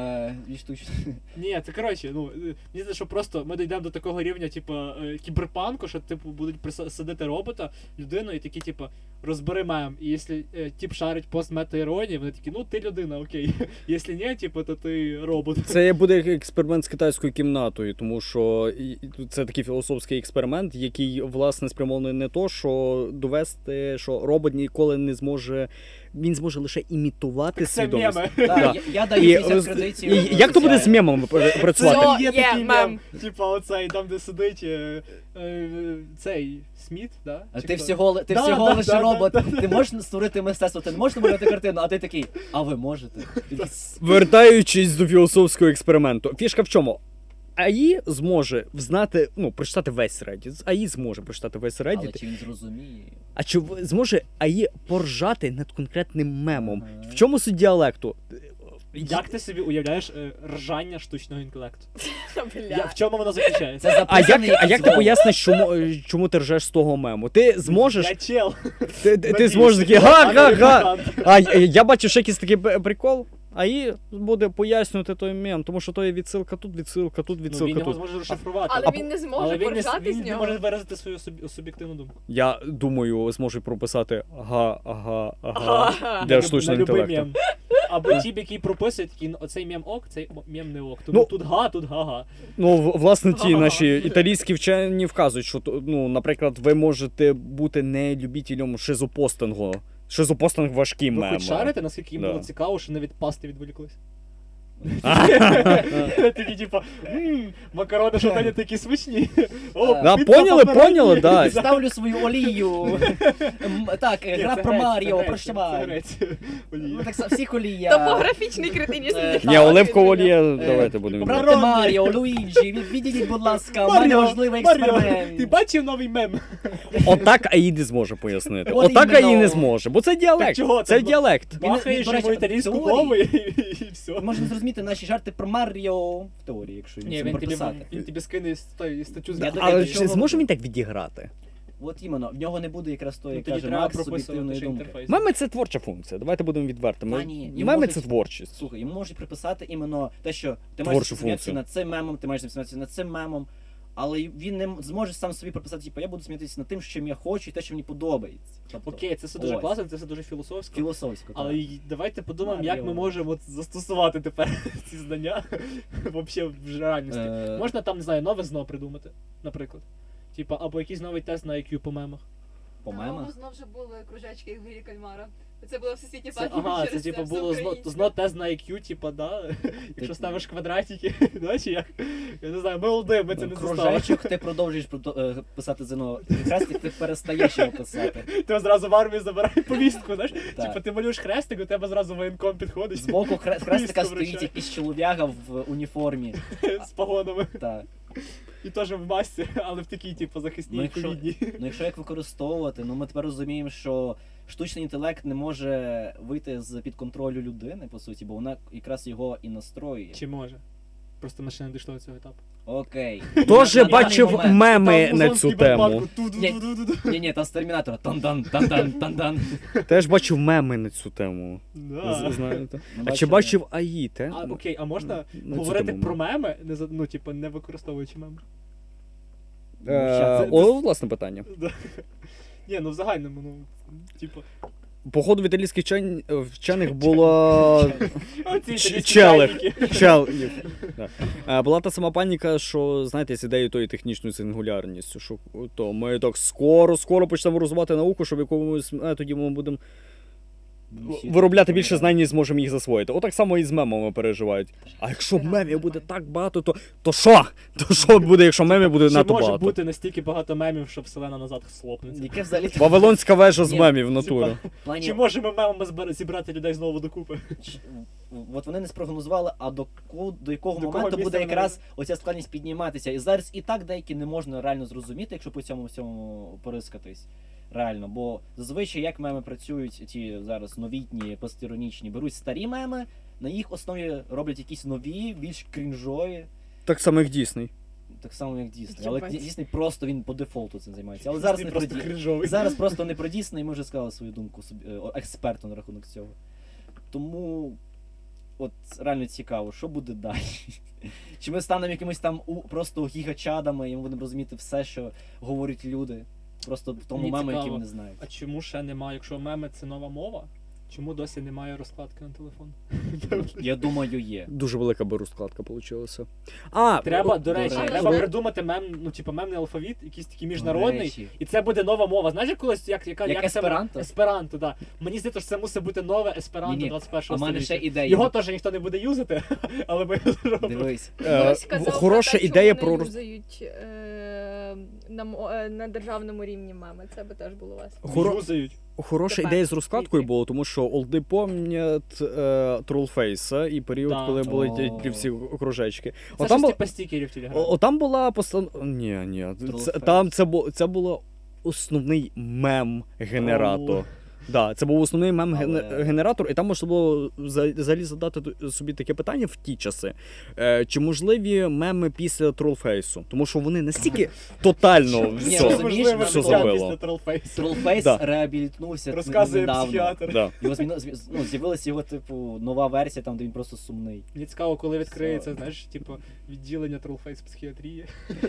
Е, Від штучно.
Ні, це коротше, ну е, мені здається, що просто ми дійдемо до такого рівня, типу, е, кіберпанку, що типу будуть прис- садити робота, людину, і такі, типу, розбери мем. І якщо е, тіп шарить пост мета-іронії, вони такі, ну ти людина, окей. Якщо ні, типу, то ти робот.
Це буде як експеримент з китайською кімнатою, тому що і- і тут це такий філософський експеримент, який власне спрямований не то, що довести, що робот ніколи не зможе. Він зможе лише імітувати
Це
свідомість.
меми.
Так, я- Я даю 50
роз-
кредитів.
і як то буде з мемами пр- працювати?
Це-
Там є
Є
такий
мем.
мем. Типа оцей, там, де сидить е, е, цей Сміт, да?
А
Чи
ти
хто?
всього, ли- ти
Да,
всього
да,
лише
да,
робот. ти можеш створити мистецтво, ти не можеш намалювати картину, а ти такий, а ви можете. І ти с-
Вертаючись до філософського експерименту, фішка в чому? АІ зможе взнати, ну, прочитати весь Reddit. АІ зможе прочитати весь
Але
Reddit.
чи він зрозуміє?
А чи в- зможе АІ поржати над конкретним мемом?
Ага.
В чому суть діалекту?
Як ти собі уявляєш е, ржання штучного інтелекту? Я,
Бля.
в чому воно заключається?
Це
А як,
записаний
а як типу, ти
звук.
поясниш, чому, чому ти ржеш з того мему? Ти зможеш,
Я чел. ну,
ти, ти, ти
надіюсь.
зможеш такий га га га.
Американ.
А я, я бачу ще якийсь такий пе- прикол. А і буде пояснювати той мем, тому що то є відсилка тут, відсилка тут,
Ну, він
відсилка
його
тут.
зможе розшифрувати.
Але він не зможе
Але він не, с-
поржати
він
з
не
нього.
може виразити свою суб- суб'єктивну думку.
Я думаю, зможуть прописати га, ага, ага.
Ага.
Для
На люб-
штучного
на любий
інтелекту.
мем. Або ті, які прописують, такі, «Ну, оцей мем ок, цей мем не ок. Тому
Ну,
тут га, тут га-га.
Ну, в- власне, ті
Ага.
наші італійські вчені вказують, що то, ну, наприклад, ви можете бути не любителем шизопостингу. Шизопостинг важкий
Ви
мем.
хоч шарите, наскільки їм
Да.
було цікаво, що навіть пасти відволіклись.
Ага.
Такі, типу, «М, макарони шатані такі смачні. О,
Да,
Да,
піца
поняли,
папароні».
поняли, да.
Ставлю свою олію. М, Так,
Ні,
гра
це
про
грець, це
Маріо,
грець,
про
це
Швай.
грець.
Ну
Олія.
так само, всіх олія.
Топографічний кретинізм.
Е,
для
Ні, оливкова
Катерини.
олія, давайте будемо.
Брат,
Брати Маріо, Луїджі, від- відійдіть, будь ласка, у мене
Маріо,
важливий
Маріо,
експеримент.
ти бачив новий мем?
Отак АІ не зможе пояснити.
От
Отак
іменно.
АІ не зможе, бо це
Так
діалект.
чого
Це
там?
діалект.
Він,
Махаєш
до речі,
йому італійську
в теорії-
мову і, і, і все.
Можна зрозуміти наші жарти про Маріо в теорії, якщо
Ні,
їм
він тобі,
прописати.
він тобі скине ст- статтю з
Я
Вікіпедії.
думаю,
Але
до чого
чи зможе
ви?
він так відіграти?
От іменно, в нього не буде якраз тої,
Ну,
як
Тоді
каже
треба
Макс,
прописувати
суб'єктивної
ще
думки.
інтерфейс.
Меми це творча функція. Давайте будемо відвертими.
Та ні,
Меми
їм
це
можуть-
творчість.
Слухай, йому можуть приписати іменно те, що ти
Творчу
маєш сміятися
функцію.
над цим мемом, ти маєш сміятися над цим мемом, але він не м- зможе сам собі приписати, типу, я буду сміятися над тим, що я хочу, і те, що мені подобається. Тобто,
Окей, це все дуже
Ось.
класно, це все дуже філософсько.
філософсько.
Але
так.
й- давайте подумаємо, як ми
Маріо.
можемо от застосувати тепер ці знання вообще в реальності.
Е,
Можна там, не знаю, нове зно придумати, наприклад. Типа, або якийсь новий тест на IQ по мемах.
по
По-моєму,
мемах.
знов же були кружечки Ігорі Кальмара. Це було всесвітнє
Це,
падіння
ага, це
через
типу
все
було зно,
всеукраїнське.
зно тест на IQ, типу, да. Якщо ставиш квадратики, да, чи як? Я не знаю, ми олди,
Ну,
ми це не заставили.
Кружечок ти продовжуєш прото- е, писати ЗНО. Хрестик ти перестаєш його писати.
Ти зразу в армію забирає повістку, знаєш?
Так.
Типу ти малюєш хрестик, до тебе зразу воєнком підходить
З боку хре- хрестика
Місто вручає.
стоїть якийсь чолов'яга в уніформі.
з погонами.
Так.
І теж в масці, але в такій, типу,
Ну,
захисній
якщо-
ковідній.
Ну, якщо як використовувати, ну ми тепер розуміємо, що штучний інтелект не може вийти з під контролю людини, по суті, бо вона якраз його і настроює.
Чи може? Просто ми ще не дійшли до цього етапу.
Окей. Ну,
Хто же
На даний
бачив
момент-
меми
Там
на
музон
цю
з кіберпанку.
тему?
Ту-ду-ду-ду-ду.
Ні, ні, там з термінатора. Тандан, тандан, тандан.
Теж бачив меми на цю тему.
Да.
З- Знаєте?
Ми
А чи
бачили-
бачив Ну, АІ, те?
А, окей, а можна
На цю
говорити
тему
про
меми.
меми, не за- ну, типу, не використовуючи меми?
Ну,
Е,
щас-
це-
О, власне питання.
Да. Ні, ну в загальному, ну, типу.
Походу в італійських чан- е, вчених було
Оці
Ч-
такі
челих.
чайники.
Чел. ні. Да. Е, Була та сама паніка, що знаєте, з ідеєю тої технічної сингулярністю, що то ми так скоро, скоро почнемо розвивати науку, що в якомусь е, тоді ми будемо
Ну,
виробляти більше знань і зможемо їх засвоїти. Отак само і з мемами переживають. А якщо мемів буде так багато, то то що? То що буде, якщо мемів буде
Чи
надто
може
багато?
бути настільки багато мемів, що вселена назад слопнеться?
Яке взагалі в
Вавилонська вежа з
Ні,
мемів натура.
плані
Чи можемо мемами збер- зібрати людей знову докупи?
Ч- От вони не спрогнозували, а до, ку, до якого
До кого
моменту
місця
буде
вона
якраз оця складність підніматися. І зараз і так деякі не можна реально зрозуміти, якщо по цьому всьому порискатись. Реально, бо зазвичай як меми працюють, ті зараз новітні, постіронічні, беруть старі меми, на їх основі роблять якісь нові, більш крінжові,
Так само як дійсний.
так само як Дісней. Але
Єбать.
Дісней просто він по дефолту цим займається. Але зараз
Ти
не про
просто
Ді-
кринжовий.
Зараз просто не про Дісней, ми вже сказали свою думку собі, е, експерту на рахунок цього. Тому от реально цікаво, що буде далі. Чи ми станемо якимись там у, просто гігачадами, і ми будемо розуміти все, що говорять люди. Просто в тому
Мені
мему, який
цікаво.
вони знають.
А чому ще немає, якщо меми це нова мова? Чому досі немає розкладки на телефон?
Я думаю, є.
Дуже велика би розкладка вийшла. А,
Треба,
о,
до речі,
речі.
треба придумати мем, ну типу мемний алфавіт, якийсь такий
До
міжнародний,
речі.
і це буде нова мова. Знаєш, як колись як, яка,
Як
це-
есперанто?
Есперанто, да. Мені здається, що це мусить бути нове есперанто
Ні-ні,
21
А в
століття.
мене ще ідея.
Його теж ніхто не буде юзати, але ми його зробимо.
Дивись.
е,
Хтось казав про те,
хороша
що
ідея
вони
про роз-
юзають, е, на, мо- е, на державному рівні меми. Це би теж було весело.
Хоро-
Юзають.
Хороша
Тепер
ідея з розкладкою
тільки.
була, тому що олди помнять е, тролфейса і період,
Да.
коли були ті-
О.
ті всі кружечки.
Це
Отам
щось
бу-
типу стікерів в телеграмі.
О- Отам була постан... Ні, ні. Це,
Тролфейс.
там це, бу... це було основний мем-генератор.
О.
Да, це був основний
Але-
мем-генератор, і там можна було вза- взагалі задати ту- собі таке питання в ті часи. Е, чи можливі меми після тролфейсу? Тому що вони настільки тотально
Ні,
Ні,
Що?
все.
розумію.
можливо,
Що
життя
забило?
після тролфейсу.
Тролфейс
Да.
реабілітнувся
Розказує
недавно.
психіатр.
Да.
Його зміно- змі- ну, з'явилася його, типу, нова версія, там, де він просто сумний.
Мені цікаво, коли відкриється,
Слава.
знаєш, типу, відділення тролфейс психіатрії.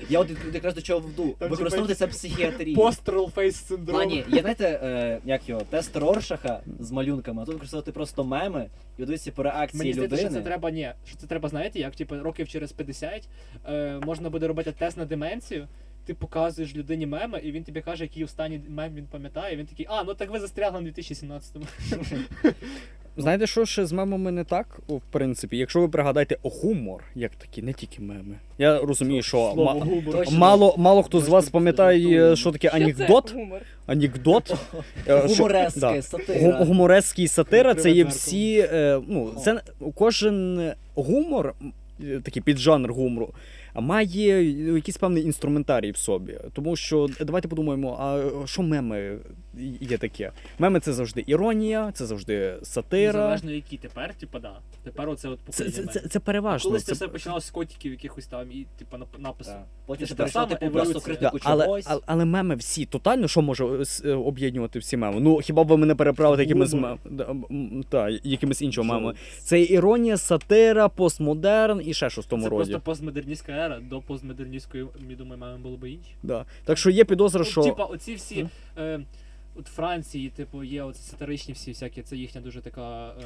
Я от якраз до чого вду.
Там, типу,
Використовувати це в психіатрії.
Пост тролфейс синдром.
Плані, є знаєте, е, як його, тест Роршаха з малюнками, а тут використовувати просто меми і дивитися по реакції
Мені
людини.
здається, що це треба ні. Що це треба, знаєте, як типу років через 50 е, можна буде робити тест на деменцію. Ти показуєш людині меми, і він тобі каже, який останній мем він пам'ятає. І він такий, а, ну так ви застрягли на 2017-му.
Знаєте, що ще з мемами не так, в принципі, якщо ви пригадаєте гумор, як такі, не тільки меми. Я розумію, що
Слово
ма- Е,
гумор.
точно.
мало, мало хто з вас
Точно, точно.
пам'ятає, що таке
Що
анекдот.
це гумор?
Анекдот. е, що-
Гуморески,
да.
сатира.
Гу- Гуморески і сатира це є
Привет,
всі. е, Ну, це кожен гумор, е, такий піджанр гумору, має ну, якийсь певний інструментарій в собі. Тому що е, давайте подумаємо, а е, що меми є таке? Меми це завжди іронія, це завжди сатира.
Незалежно які тепер, типу, да. Тепер оце от
Це,
покоління
це, це,
мемів.
це переважно.
Колись це
це
все починалось з котиків якихось там і типу нап- написів.
Так. Потім це
Це та
перейшло
сама
типу просто в
еволюція.
критику
але,
чогось.
але, але меми всі тотально, що може е, с- е, об'єднувати всі меми? Ну хіба б ви мене переправите якимись
Гумор.
мем, да, м, та, якимись іншими мемами?
Що?
Це іронія, сатира, постмодерн і ще щось в тому
Це
роді.
просто постмодерністська ера, до постмодерністської, я думаю, мами було би інші.
Да. Так що є підозра, що.
Ну, Типа, оці всі
Мгм.
е, от Франції, типу, є оці сатиричні всі всякі, це їхня дуже така. Е,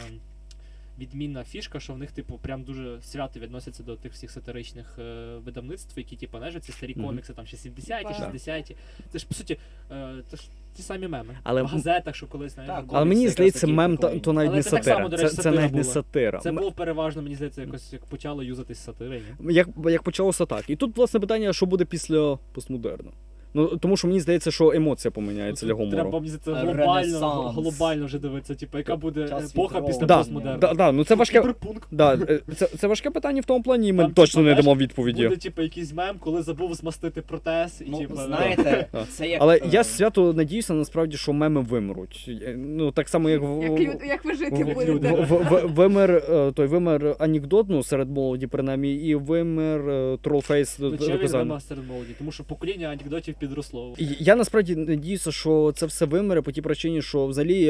відмінна фішка, що в них, типу, прям дуже свято відносяться до тих всіх сатиричних е, видавництв, які, типу, знаєш, ці старі
Мгм.
комікси, там ще 70-ті,
Так.
60-ті. Це ж по суті, е, це ж ті самі меми.
Але
в газетах, що колись знаєш,
Так,
було.
Але мені
якраз
здається,
такі
мем та,
прикольні.
то навіть
Але
не
це так само,
сатира.
до
Це,
речі,
це
сатира
навіть не
була.
сатира.
Це
М-
був переважно, мені здається, якось як почало юзатись сатири. ні?
Як, як почалося так. І тут, власне, питання, що буде після постмодерну. Ну, тому що мені здається, що емоція поміняється для
Ну, Тут
гумору.
Треба мені здається, глобально,
Ренесанс.
глобально вже дивитися, типу, яка буде
Час
епоха
відродження.
після
Да,
постмодерну.
Да, да, ну це важке.
Кіберпунк.
Да, е, це, це важке питання в тому плані, і ми
Там, типу,
точно не
знаєш,
дамо відповіді.
Буде, типу, якийсь мем, коли забув змастити протез, і
Ну,
типу,
знаєте,
Так.
це як.
Але
е,
я свято надіюся насправді, що меми вимруть. Е, Ну так само, як, в-
Як, лю- як ви жити
в-
будете?
в- в- в- вимер е, той вимер анекдотну серед молоді, принаймні, і вимер е, тролфейс
Ну, чим він
Рокозан.
ремастер молоді, тому що покоління анекдотів підросло.
І Я насправді надіюся, що це все вимере по тій причині, що взагалі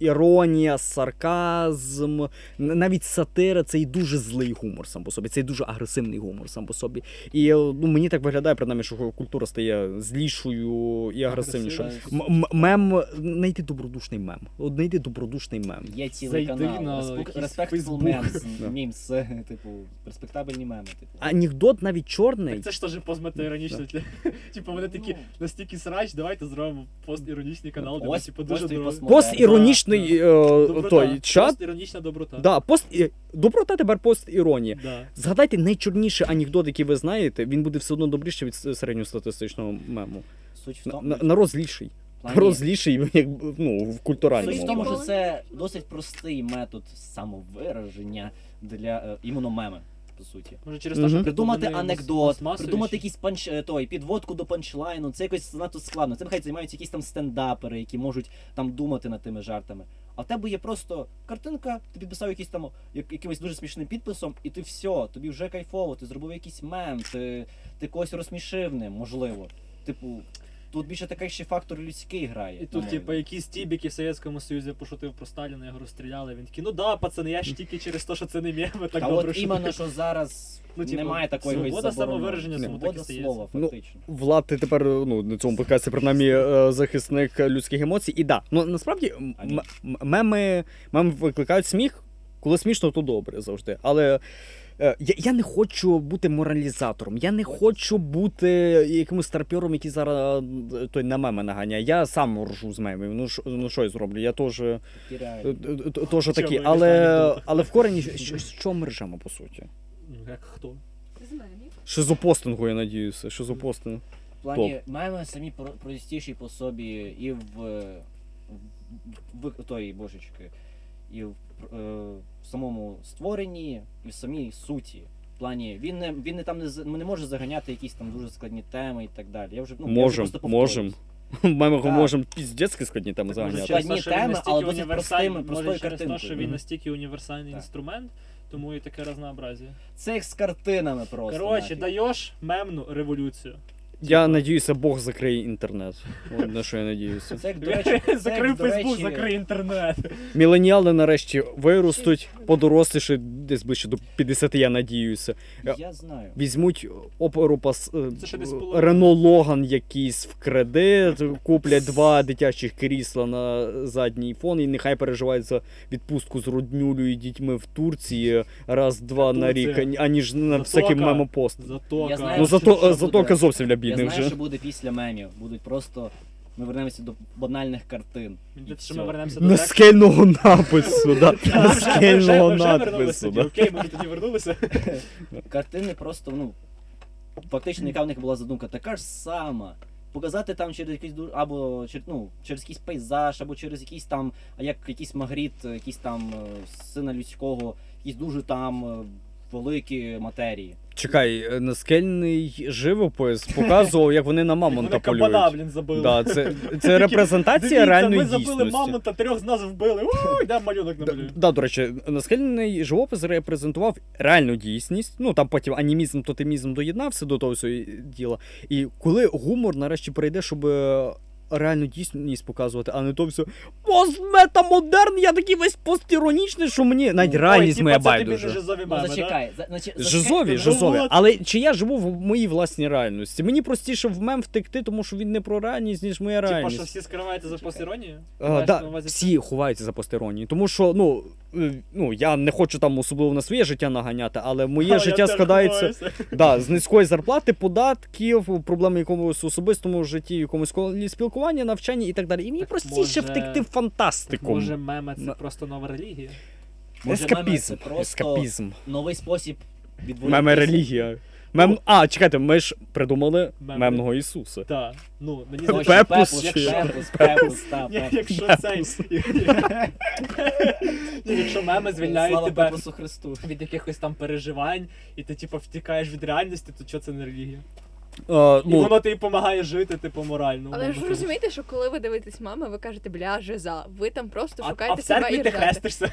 е, іронія, сарказм, н- навіть сатира це і дуже злий гумор сам по собі, це і дуже агресивний гумор сам по собі. І е, ну, мені так виглядає, принаймні, що культура стає злішою і агресивнішою. М- м- мем, знайти добродушний мем. От знайти добродушний мем.
Є цілий
Зайди на
канал. Респек-
якийсь
Respectful
Facebook.
Да.
memes, мімс, е, типу, респектабельні меми, типу.
Анекдот навіть чорний.
Так це ж теж
Ну,
постметаіронічно. Типу, вони
Ну.
такі настільки срач, давайте зробимо постіронічний канал, де ми,
Ось-
типу,
ось
дуже
той
дорого.
постмодерн.
Постіронічний е, той чат.
Постіронічна доброта.
Да, пост... і- Доброта тепер пост-іронія.
Да.
Згадайте найчорніший анекдот, який ви знаєте, він буде все одно добріший від с- середньостатистичного мему.
Ну, Суть в
На-
тому,
на- Народ зліший.
в плані-
Народ зліший, як ну, в
Суть в
культуральному.
тому,
плані.
що це досить простий метод самовираження для е, іменно меми, по суті.
Може через те, що
Мгм.
Придумати
вони
анекдот,
мас-масовіші.
придумати якийсь панч е, той підводку до панчлайну, це якось занадто складно. Цим хай займаються якісь там стендапери, які можуть там думати над тими жартами. А в тебе є просто картинка, ти підписав якийсь там як- якимось дуже смішним підписом, і ти все, тобі вже кайфово, ти зробив якийсь мем, ти, ти когось розсмішив ним, можливо. Типу, тут більше такий ще фактор людський грає.
І тут,
по-моєму.
типу, якісь тібіки в Совєтському Союзі пошутив про Сталіна, його розстріляли. Він такий, ну да, пацани, я ж тільки через те, що це не мєми, так
Та
добре.
от
що-
іменно, що зараз
Ну, типу,
немає такої
свобода
якоїсь заборони.
самовираження,
Ні.
свобода
свобода
таки
слова,
Ну,
фактично.
Влад, ти тепер ну на цьому подкасті принаймні е, захисник людських емоцій. І да, ну насправді м-
А ні.
м- меми, меми викликають сміх. Коли смішно, то добре завжди. Але е, я, я не хочу бути моралізатором. Я не хочу бути якимось старпьором, який зараз е, той на меми наганяє. Я сам ржу з мемів. Ну що ну, що я зроблю? Я теж е,
Такі реалії.
е, е, теж такий.
вирішили
Але,
анекдоти?
але в корені що, що ми ржемо по суті?
Ну, Як хто?
З мемів.
Шизопостингу, я надіюся. Шизопостинг.
В плані маємо самі про- простіші по собі і в, в, в, в тої божечки, і в, пр- е, в самому створенні, і в самій суті. В плані він не він не там не з- не може заганяти якісь там дуже складні теми і так далі. Я вже ну я вже
Можем,
просто повторюсь.
можем. Ми його
Так.
можемо піздецьки складні теми
Так, може,
заганяти.
ще-
через те,
Одні
що він
теми, але
настільки
досить
універсальний-
простими,
може,
простою
через те,
картинкою.
що він
Мгм.
настільки універсальний
Так.
інструмент, тому і таке разнообразие.
Це як з картинами просто.
Коротше,
нафіг.
даєш мемну революцію.
Я надіюся, Бог закриє інтернет. От на що я надіюся.
Це як до речі, це як,
Закрив
до речі,
Фейсбук, закрий інтернет.
Міленіали нарешті виростуть, подоросліші, десь ближче до 50, я надіюся.
Я знаю.
Візьмуть оперу пас е,
Це ще десь половина.
Рено Логан якийсь в кредит, куплять два дитячих крісла на задній фон, і нехай переживають за відпустку з роднюлю і дітьми в Турції раз-два на рік,
Турція.
аніж на
Затока.
всякий мемопост.
Я
Затока.
знаю,
Ну
що-
зато
що
затока
буде.
зовсім для
Я
бідних
знаю,
вже.
що буде після мемів. Будуть просто. Ми вернемося до банальних картин.
Мені
І
здається, що
всьо.
ми вернемося до
На
тексту.
скельного напису, да.
Ми вже-
На
ми вже-
скельного
ми вже вернулися
надпису.
тоді,
да.
Окей, ми вже тоді вернулися.
Картини просто, ну. Фактично, яка в них була задумка, така ж сама. Показати там через якийсь дуже або через, ну, через якийсь пейзаж, або через якийсь там, а як якийсь магріт, якийсь там е, сина людського, якісь дуже там е, великі матерії.
Чекай, наскельний живопис показував, як вони на мамонта
Вони кабана,
полюють.
блін, забили.
Да, це, це репрезентація
Дивіться,
реальної
Ми забили
дійсності.
мамонта, трьох з нас вбили. Ууу, йдемо малюнок
Да,
намалюємо.
да, до речі, наскільний живопис репрезентував реальну дійсність. Ну там потім анімізм, тотемізм доєднався до того всього діла. І коли гумор нарешті прийде, щоб е, реальну дійсність показувати, а не то все постмета-модерн, я такий весь постіронічний, що мені навіть
Ой,
реальність моя
Це тобі
байдуже.
не жизові
Ну,
меми, да?
зачекай, за, значить,
Жизові,
зачекай.
жизові.
от.
Але чи я живу в моїй власній реальності? Мені простіше в мем втекти, тому що він не про реальність, ніж моя
Типа, що
реальність.
всі скриваються за постіронією?
А,
Маєш
да,
на увазі це?
всі ховаються за постеронією, тому що ну е, ну, я не хочу там особливо на своє життя наганяти, але моє
Але я
життя
теж
складається
ховаюся.
да, з низької зарплати, податків, проблеми в якомусь особистому житті, в якомусь колі спілкування, навчання і так далі. І мені
Так
простіше
може-
втекти в фантастику.
Може, меме це
На-
просто нова релігія.
Може, меми це
Ескапізм.
просто-
Ескапізм.
ну, Новий спосіб відволіктися.
Меме релігія.
Ну,
Мем... А, чекайте, ми ж придумали
Меми.
мемного Ісуса.
Так. Ну, мені
Точно,
Пепус Пеп-
здається,
Пепус,
чи-
Пепус, Пепус, та,
Ні,
Пепус.
якщо цей. Ні, Якщо меми звільняють
Слава
тебе
Пепусу Христу.
від якихось там переживань, і ти типу втікаєш від реальності, то що це не релігія?
Е,
І воно тобі допомагає жити, типу, морально.
Але
умовно
ж ви
кажучи.
розумієте, що коли ви дивитесь мами, ви кажете, бля, жиза. Ви там просто
А,
шукаєте
а в
себе
церкві
і
ти
ржете.
хрестишся.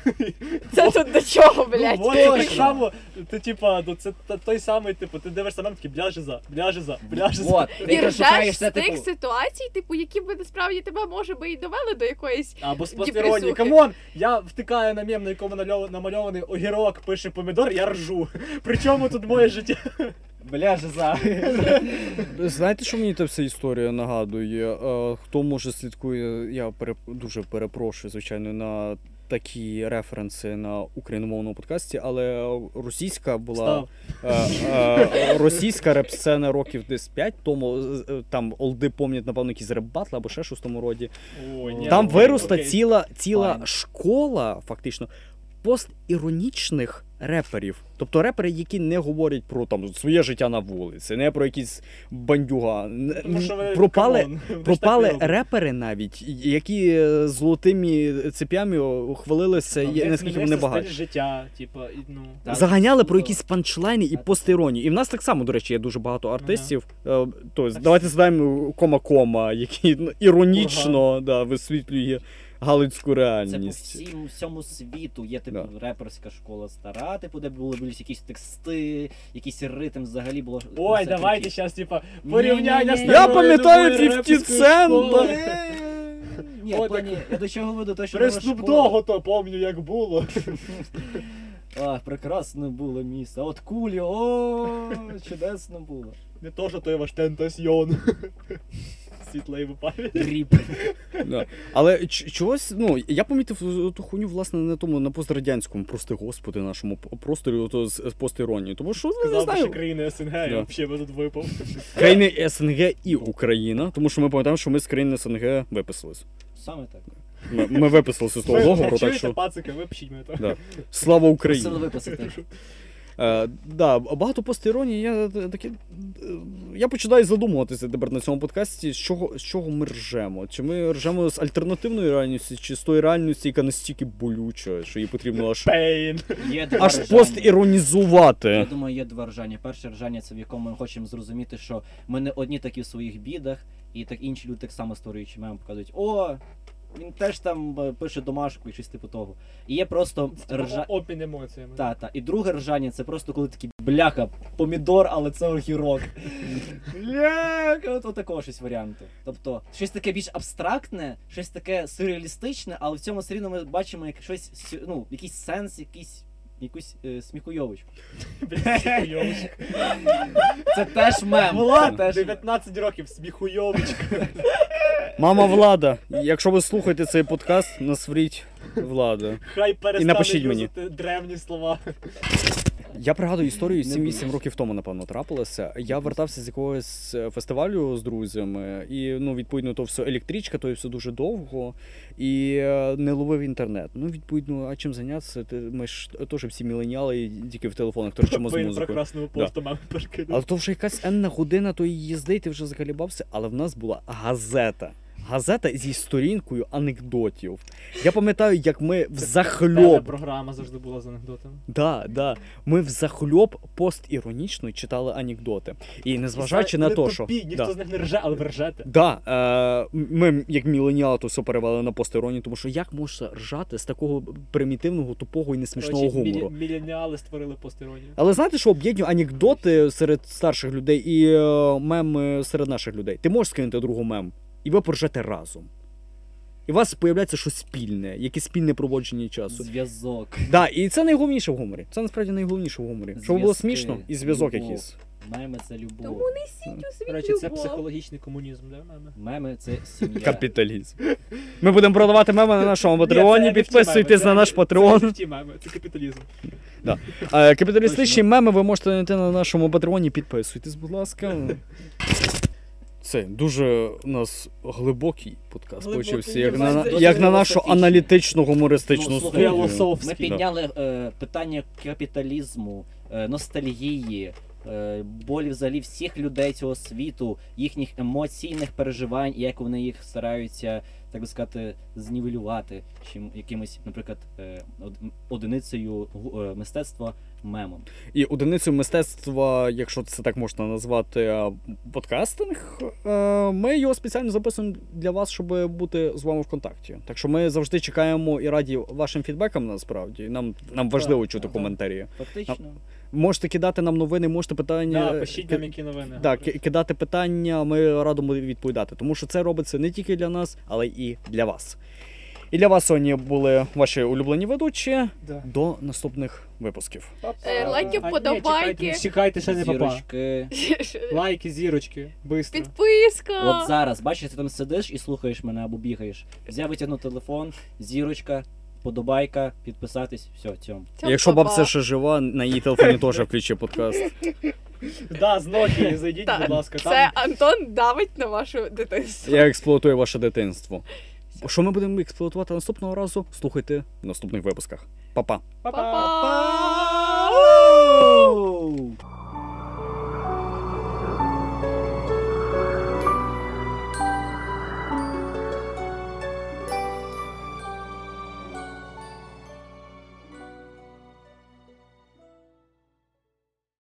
Це тут до чого, блядь?
Ну, от це так
точно.
само, ти типа, ну це та- той самий, типу, ти дивишся нам такі бляжеза, бляжеза, бляжеза.
От, ти
І
якраз шукаєш
ржеш
це,
з тих
типу,
ситуацій, типу, які б насправді тебе може би і довели до якоїсь.
Або з
Діпресухи.
постеронії. Камон, я втикаю на мем, на якому нальо- намальований огірок, пише помідор, я ржу. Причому тут моє життя.
бля, жиза.
Знаєте, що мені та вся історія нагадує? Е, Хто може слідкує, я пере... дуже перепрошую, звичайно, на такі референси на україномовному подкасті, але російська була
Став.
е, е, російська реп-сцена років десь 5 тому е, е, там олди помнять, напевно, якісь реп-батли або ще щось в тому роді.
О, ні, ну,
Там
окей,
виросла
окей.
ціла, ціла
Файн.
школа, фактично, постіронічних реперів. Тобто репери, які не говорять про там своє життя на вулиці, не про якісь бандюга. н-
Тому що ви-
пропали.
камон, ви ж так не
Пропали
робите.
репери навіть, які е, золотими цепями о, хвалилися,
Там
є-
ти
наскільки вони
змінився
багаті.
стиль життя, типа, і, ну.
Так.
Заганяли про
Ну,
якісь панчлайни і
так.
постіронію. І в нас так само, до речі, є дуже багато артистів. Е, Тобто, давайте згадаємо кома-кома, який ну, іронічно да, висвітлює галицьку
Це по
реальність.
всім, всьому світу є типу
Да.
реперська школа стара, типу, де були були якісь тексти, якийсь ритм взагалі було.
Ой,
все
давайте
крутіше.
зараз, типа,
Ні-ні-ні.
порівняння
Ну, Я
старої
пам'ятаю
нової
50
реперської
Cent,
школи.
да.
Ні,
Ой,
в плані, я до чого веду, то що
При
була
Snoop
школа.
Dogg то помню, як було.
А, прекрасне було місце. А От кулі, о, чудесно було.
Не то, що той ваш тентасьйон. Світла і пам'ять.
Ріп.
Да. Але ч- чогось, ну, я помітив е, ту хуйню, власне, на тому, на пострадянському, прости господи, нашому п- просторі, ото з з постіронії. Тому що, ну, не
Казав, що
знаю,
країни СНГ,
Да.
я взагалі би тут випав.
країни СНГ і Україна, тому що ми пам'ятаємо, що ми з країни СНГ виписались.
Саме так.
Ми, ми виписалися з того
Ви
договору, так
чуєте,
що
пацики, випишіть мене там.
Да. слава
Просили
Україні.
виписати.
Е, да, багато постіронії, я е, таке. е, Я починаю задумуватися тепер на цьому подкасті, з чого, з чого ми ржемо. Чи ми ржемо з альтернативної реальності, чи з тої реальності, яка настільки болюча, що її потрібно аж
Пейн.
Є два
Аж
ржання.
пост
Я
іронізувати.
думаю, є два ржання. Перше ржання це в якому ми хочемо зрозуміти, що ми не одні такі в своїх бідах, і так інші люди так само створюючи мем показують, о, він теж там е, пише домашку і щось типу того. І є просто ржа.
Опін емоціями.
Та, та. І друге ржання це просто коли такі бляха, помідор, але це огірок. Бляха, от такого щось варіанту. Тобто, щось таке більш абстрактне, щось таке сюрреалістичне, але в цьому все рівно ми бачимо як щось, сю- ну, якийсь сенс, якийсь. Якусь е, сміхуйовочку.
Блядь, йовчик.
Це теж мем. це
Влад,
теж мем.
19 років, сміхуйовочка.
Мама влада. Якщо ви слухаєте цей подкаст, насвріть влада.
Хай перестане
напишіть мені.
юзати древні слова.
Я пригадую історію
Не
7-8 років тому, напевно, трапилося. Я вертався з якогось е, фестивалю з друзями, і ну, відповідно, то все електричка, то все дуже довго. І е, не ловив інтернет. Ну, відповідно, а чим зайнятися? Ти- Ми ж теж всі міленіали, і тільки в телефонах торчимо з
Пейн
музикою.
прекрасного посту мами перекинув.
Але то вже якась енна година тої їзди, і ти вже закалібався, але в нас була газета. Газета зі сторінкою анекдотів. Я пам'ятаю, як ми
Телепрограма
взахльоб.
програма завжди була з анекдотами.
Да, да. Ми взахльоб постіронічно читали анекдоти. І незважаючи на
Але
те,
тупі,
що.
Ніхто
да.
з них не рже, але ви ржете.
Да, е, ми, як міленіали, то все перевели на постіронію, тому що як можна ржати з такого примітивного, тупого і несмішного
Коротше, мілі-
гумору?
Міленіали створили постеронію.
Але знаєте, що об'єднує анекдоти серед старших людей і е, меми серед наших людей. Ти можеш скинути другу мем, і ви поржете разом. І у вас появляється щось спільне, яке спільне проводження часу.
Зв'язок.
Да, і це найголовніше в гуморі. Це насправді найголовніше в гуморі. Щоб було
Зв'язки,
смішно і зв'язок
любов.
якийсь.
Меми це любов.
Тому не сіть у світ
Ну, Коротше, це
любов.
психологічний комунізм, да, мами?
Меми це сім'я.
Капіталізм. Ми будемо продавати меми на нашому
Ні,
патреоні.
це NFT
Підписуйтесь
меми,
на
це-
наш
це
патреон.
NFT меми, Це капіталізм.
Е, Капіталістичні меми ви можете знайти на нашому патреоні. Підписуйтесь, будь ласка. Це дуже у нас глибокий подкаст
Глибокий,
получився, як на,
досить
як на нашу
філософічний.
аналітично гумористичну
Ну, слухай,
студію.
Ми
філософський.
підняли е, питання капіталізму, е, ностальгії, е, болі взагалі всіх людей цього світу, їхніх емоційних переживань, і як вони їх стараються, так би сказати, знівелювати чим якимось, наприклад, е, од- одиницею гу- е, мистецтва мемом.
І одиницею мистецтва, якщо це так можна назвати, е, подкастинг. е, Ми його спеціально записуємо для вас, щоб бути з вами в контакті. Так що ми завжди чекаємо і раді вашим фідбекам насправді. Нам, нам важливо
Так,
чути
так.
коментарі.
Фактично,
Можете кидати нам новини, можете питання.
Да, пишіть нам які новини.
е, Так, ки- кидати питання, ми радимо відповідати, тому що це робиться не тільки для нас, але і для вас. І для вас сьогодні були ваші улюблені ведучі.
Да.
До наступних випусків.
Е, лайки,
А, ні,
вподобайки.
чекайте, Чекайте, ще не попа.
зірочки.
Лайки, зірочки, бистро.
Підписка.
От зараз, бачиш, ти там сидиш і слухаєш мене або бігаєш. Взяв витягнув телефон, зірочка, подобайка, підписатись, все, цьому.
Цьом
Якщо
па-па.
бабця ще жива, на її телефоні теж включи подкаст.
Да, з Nokia зайдіть,
Так,
будь ласка.
Це
Там
Антон давить на вашу дитинство.
Я експлуатую ваше дитинство. Що ми будемо експлуатувати наступного разу? Слухайте в наступних випусках. Па-па.
Па-па.
Па-па.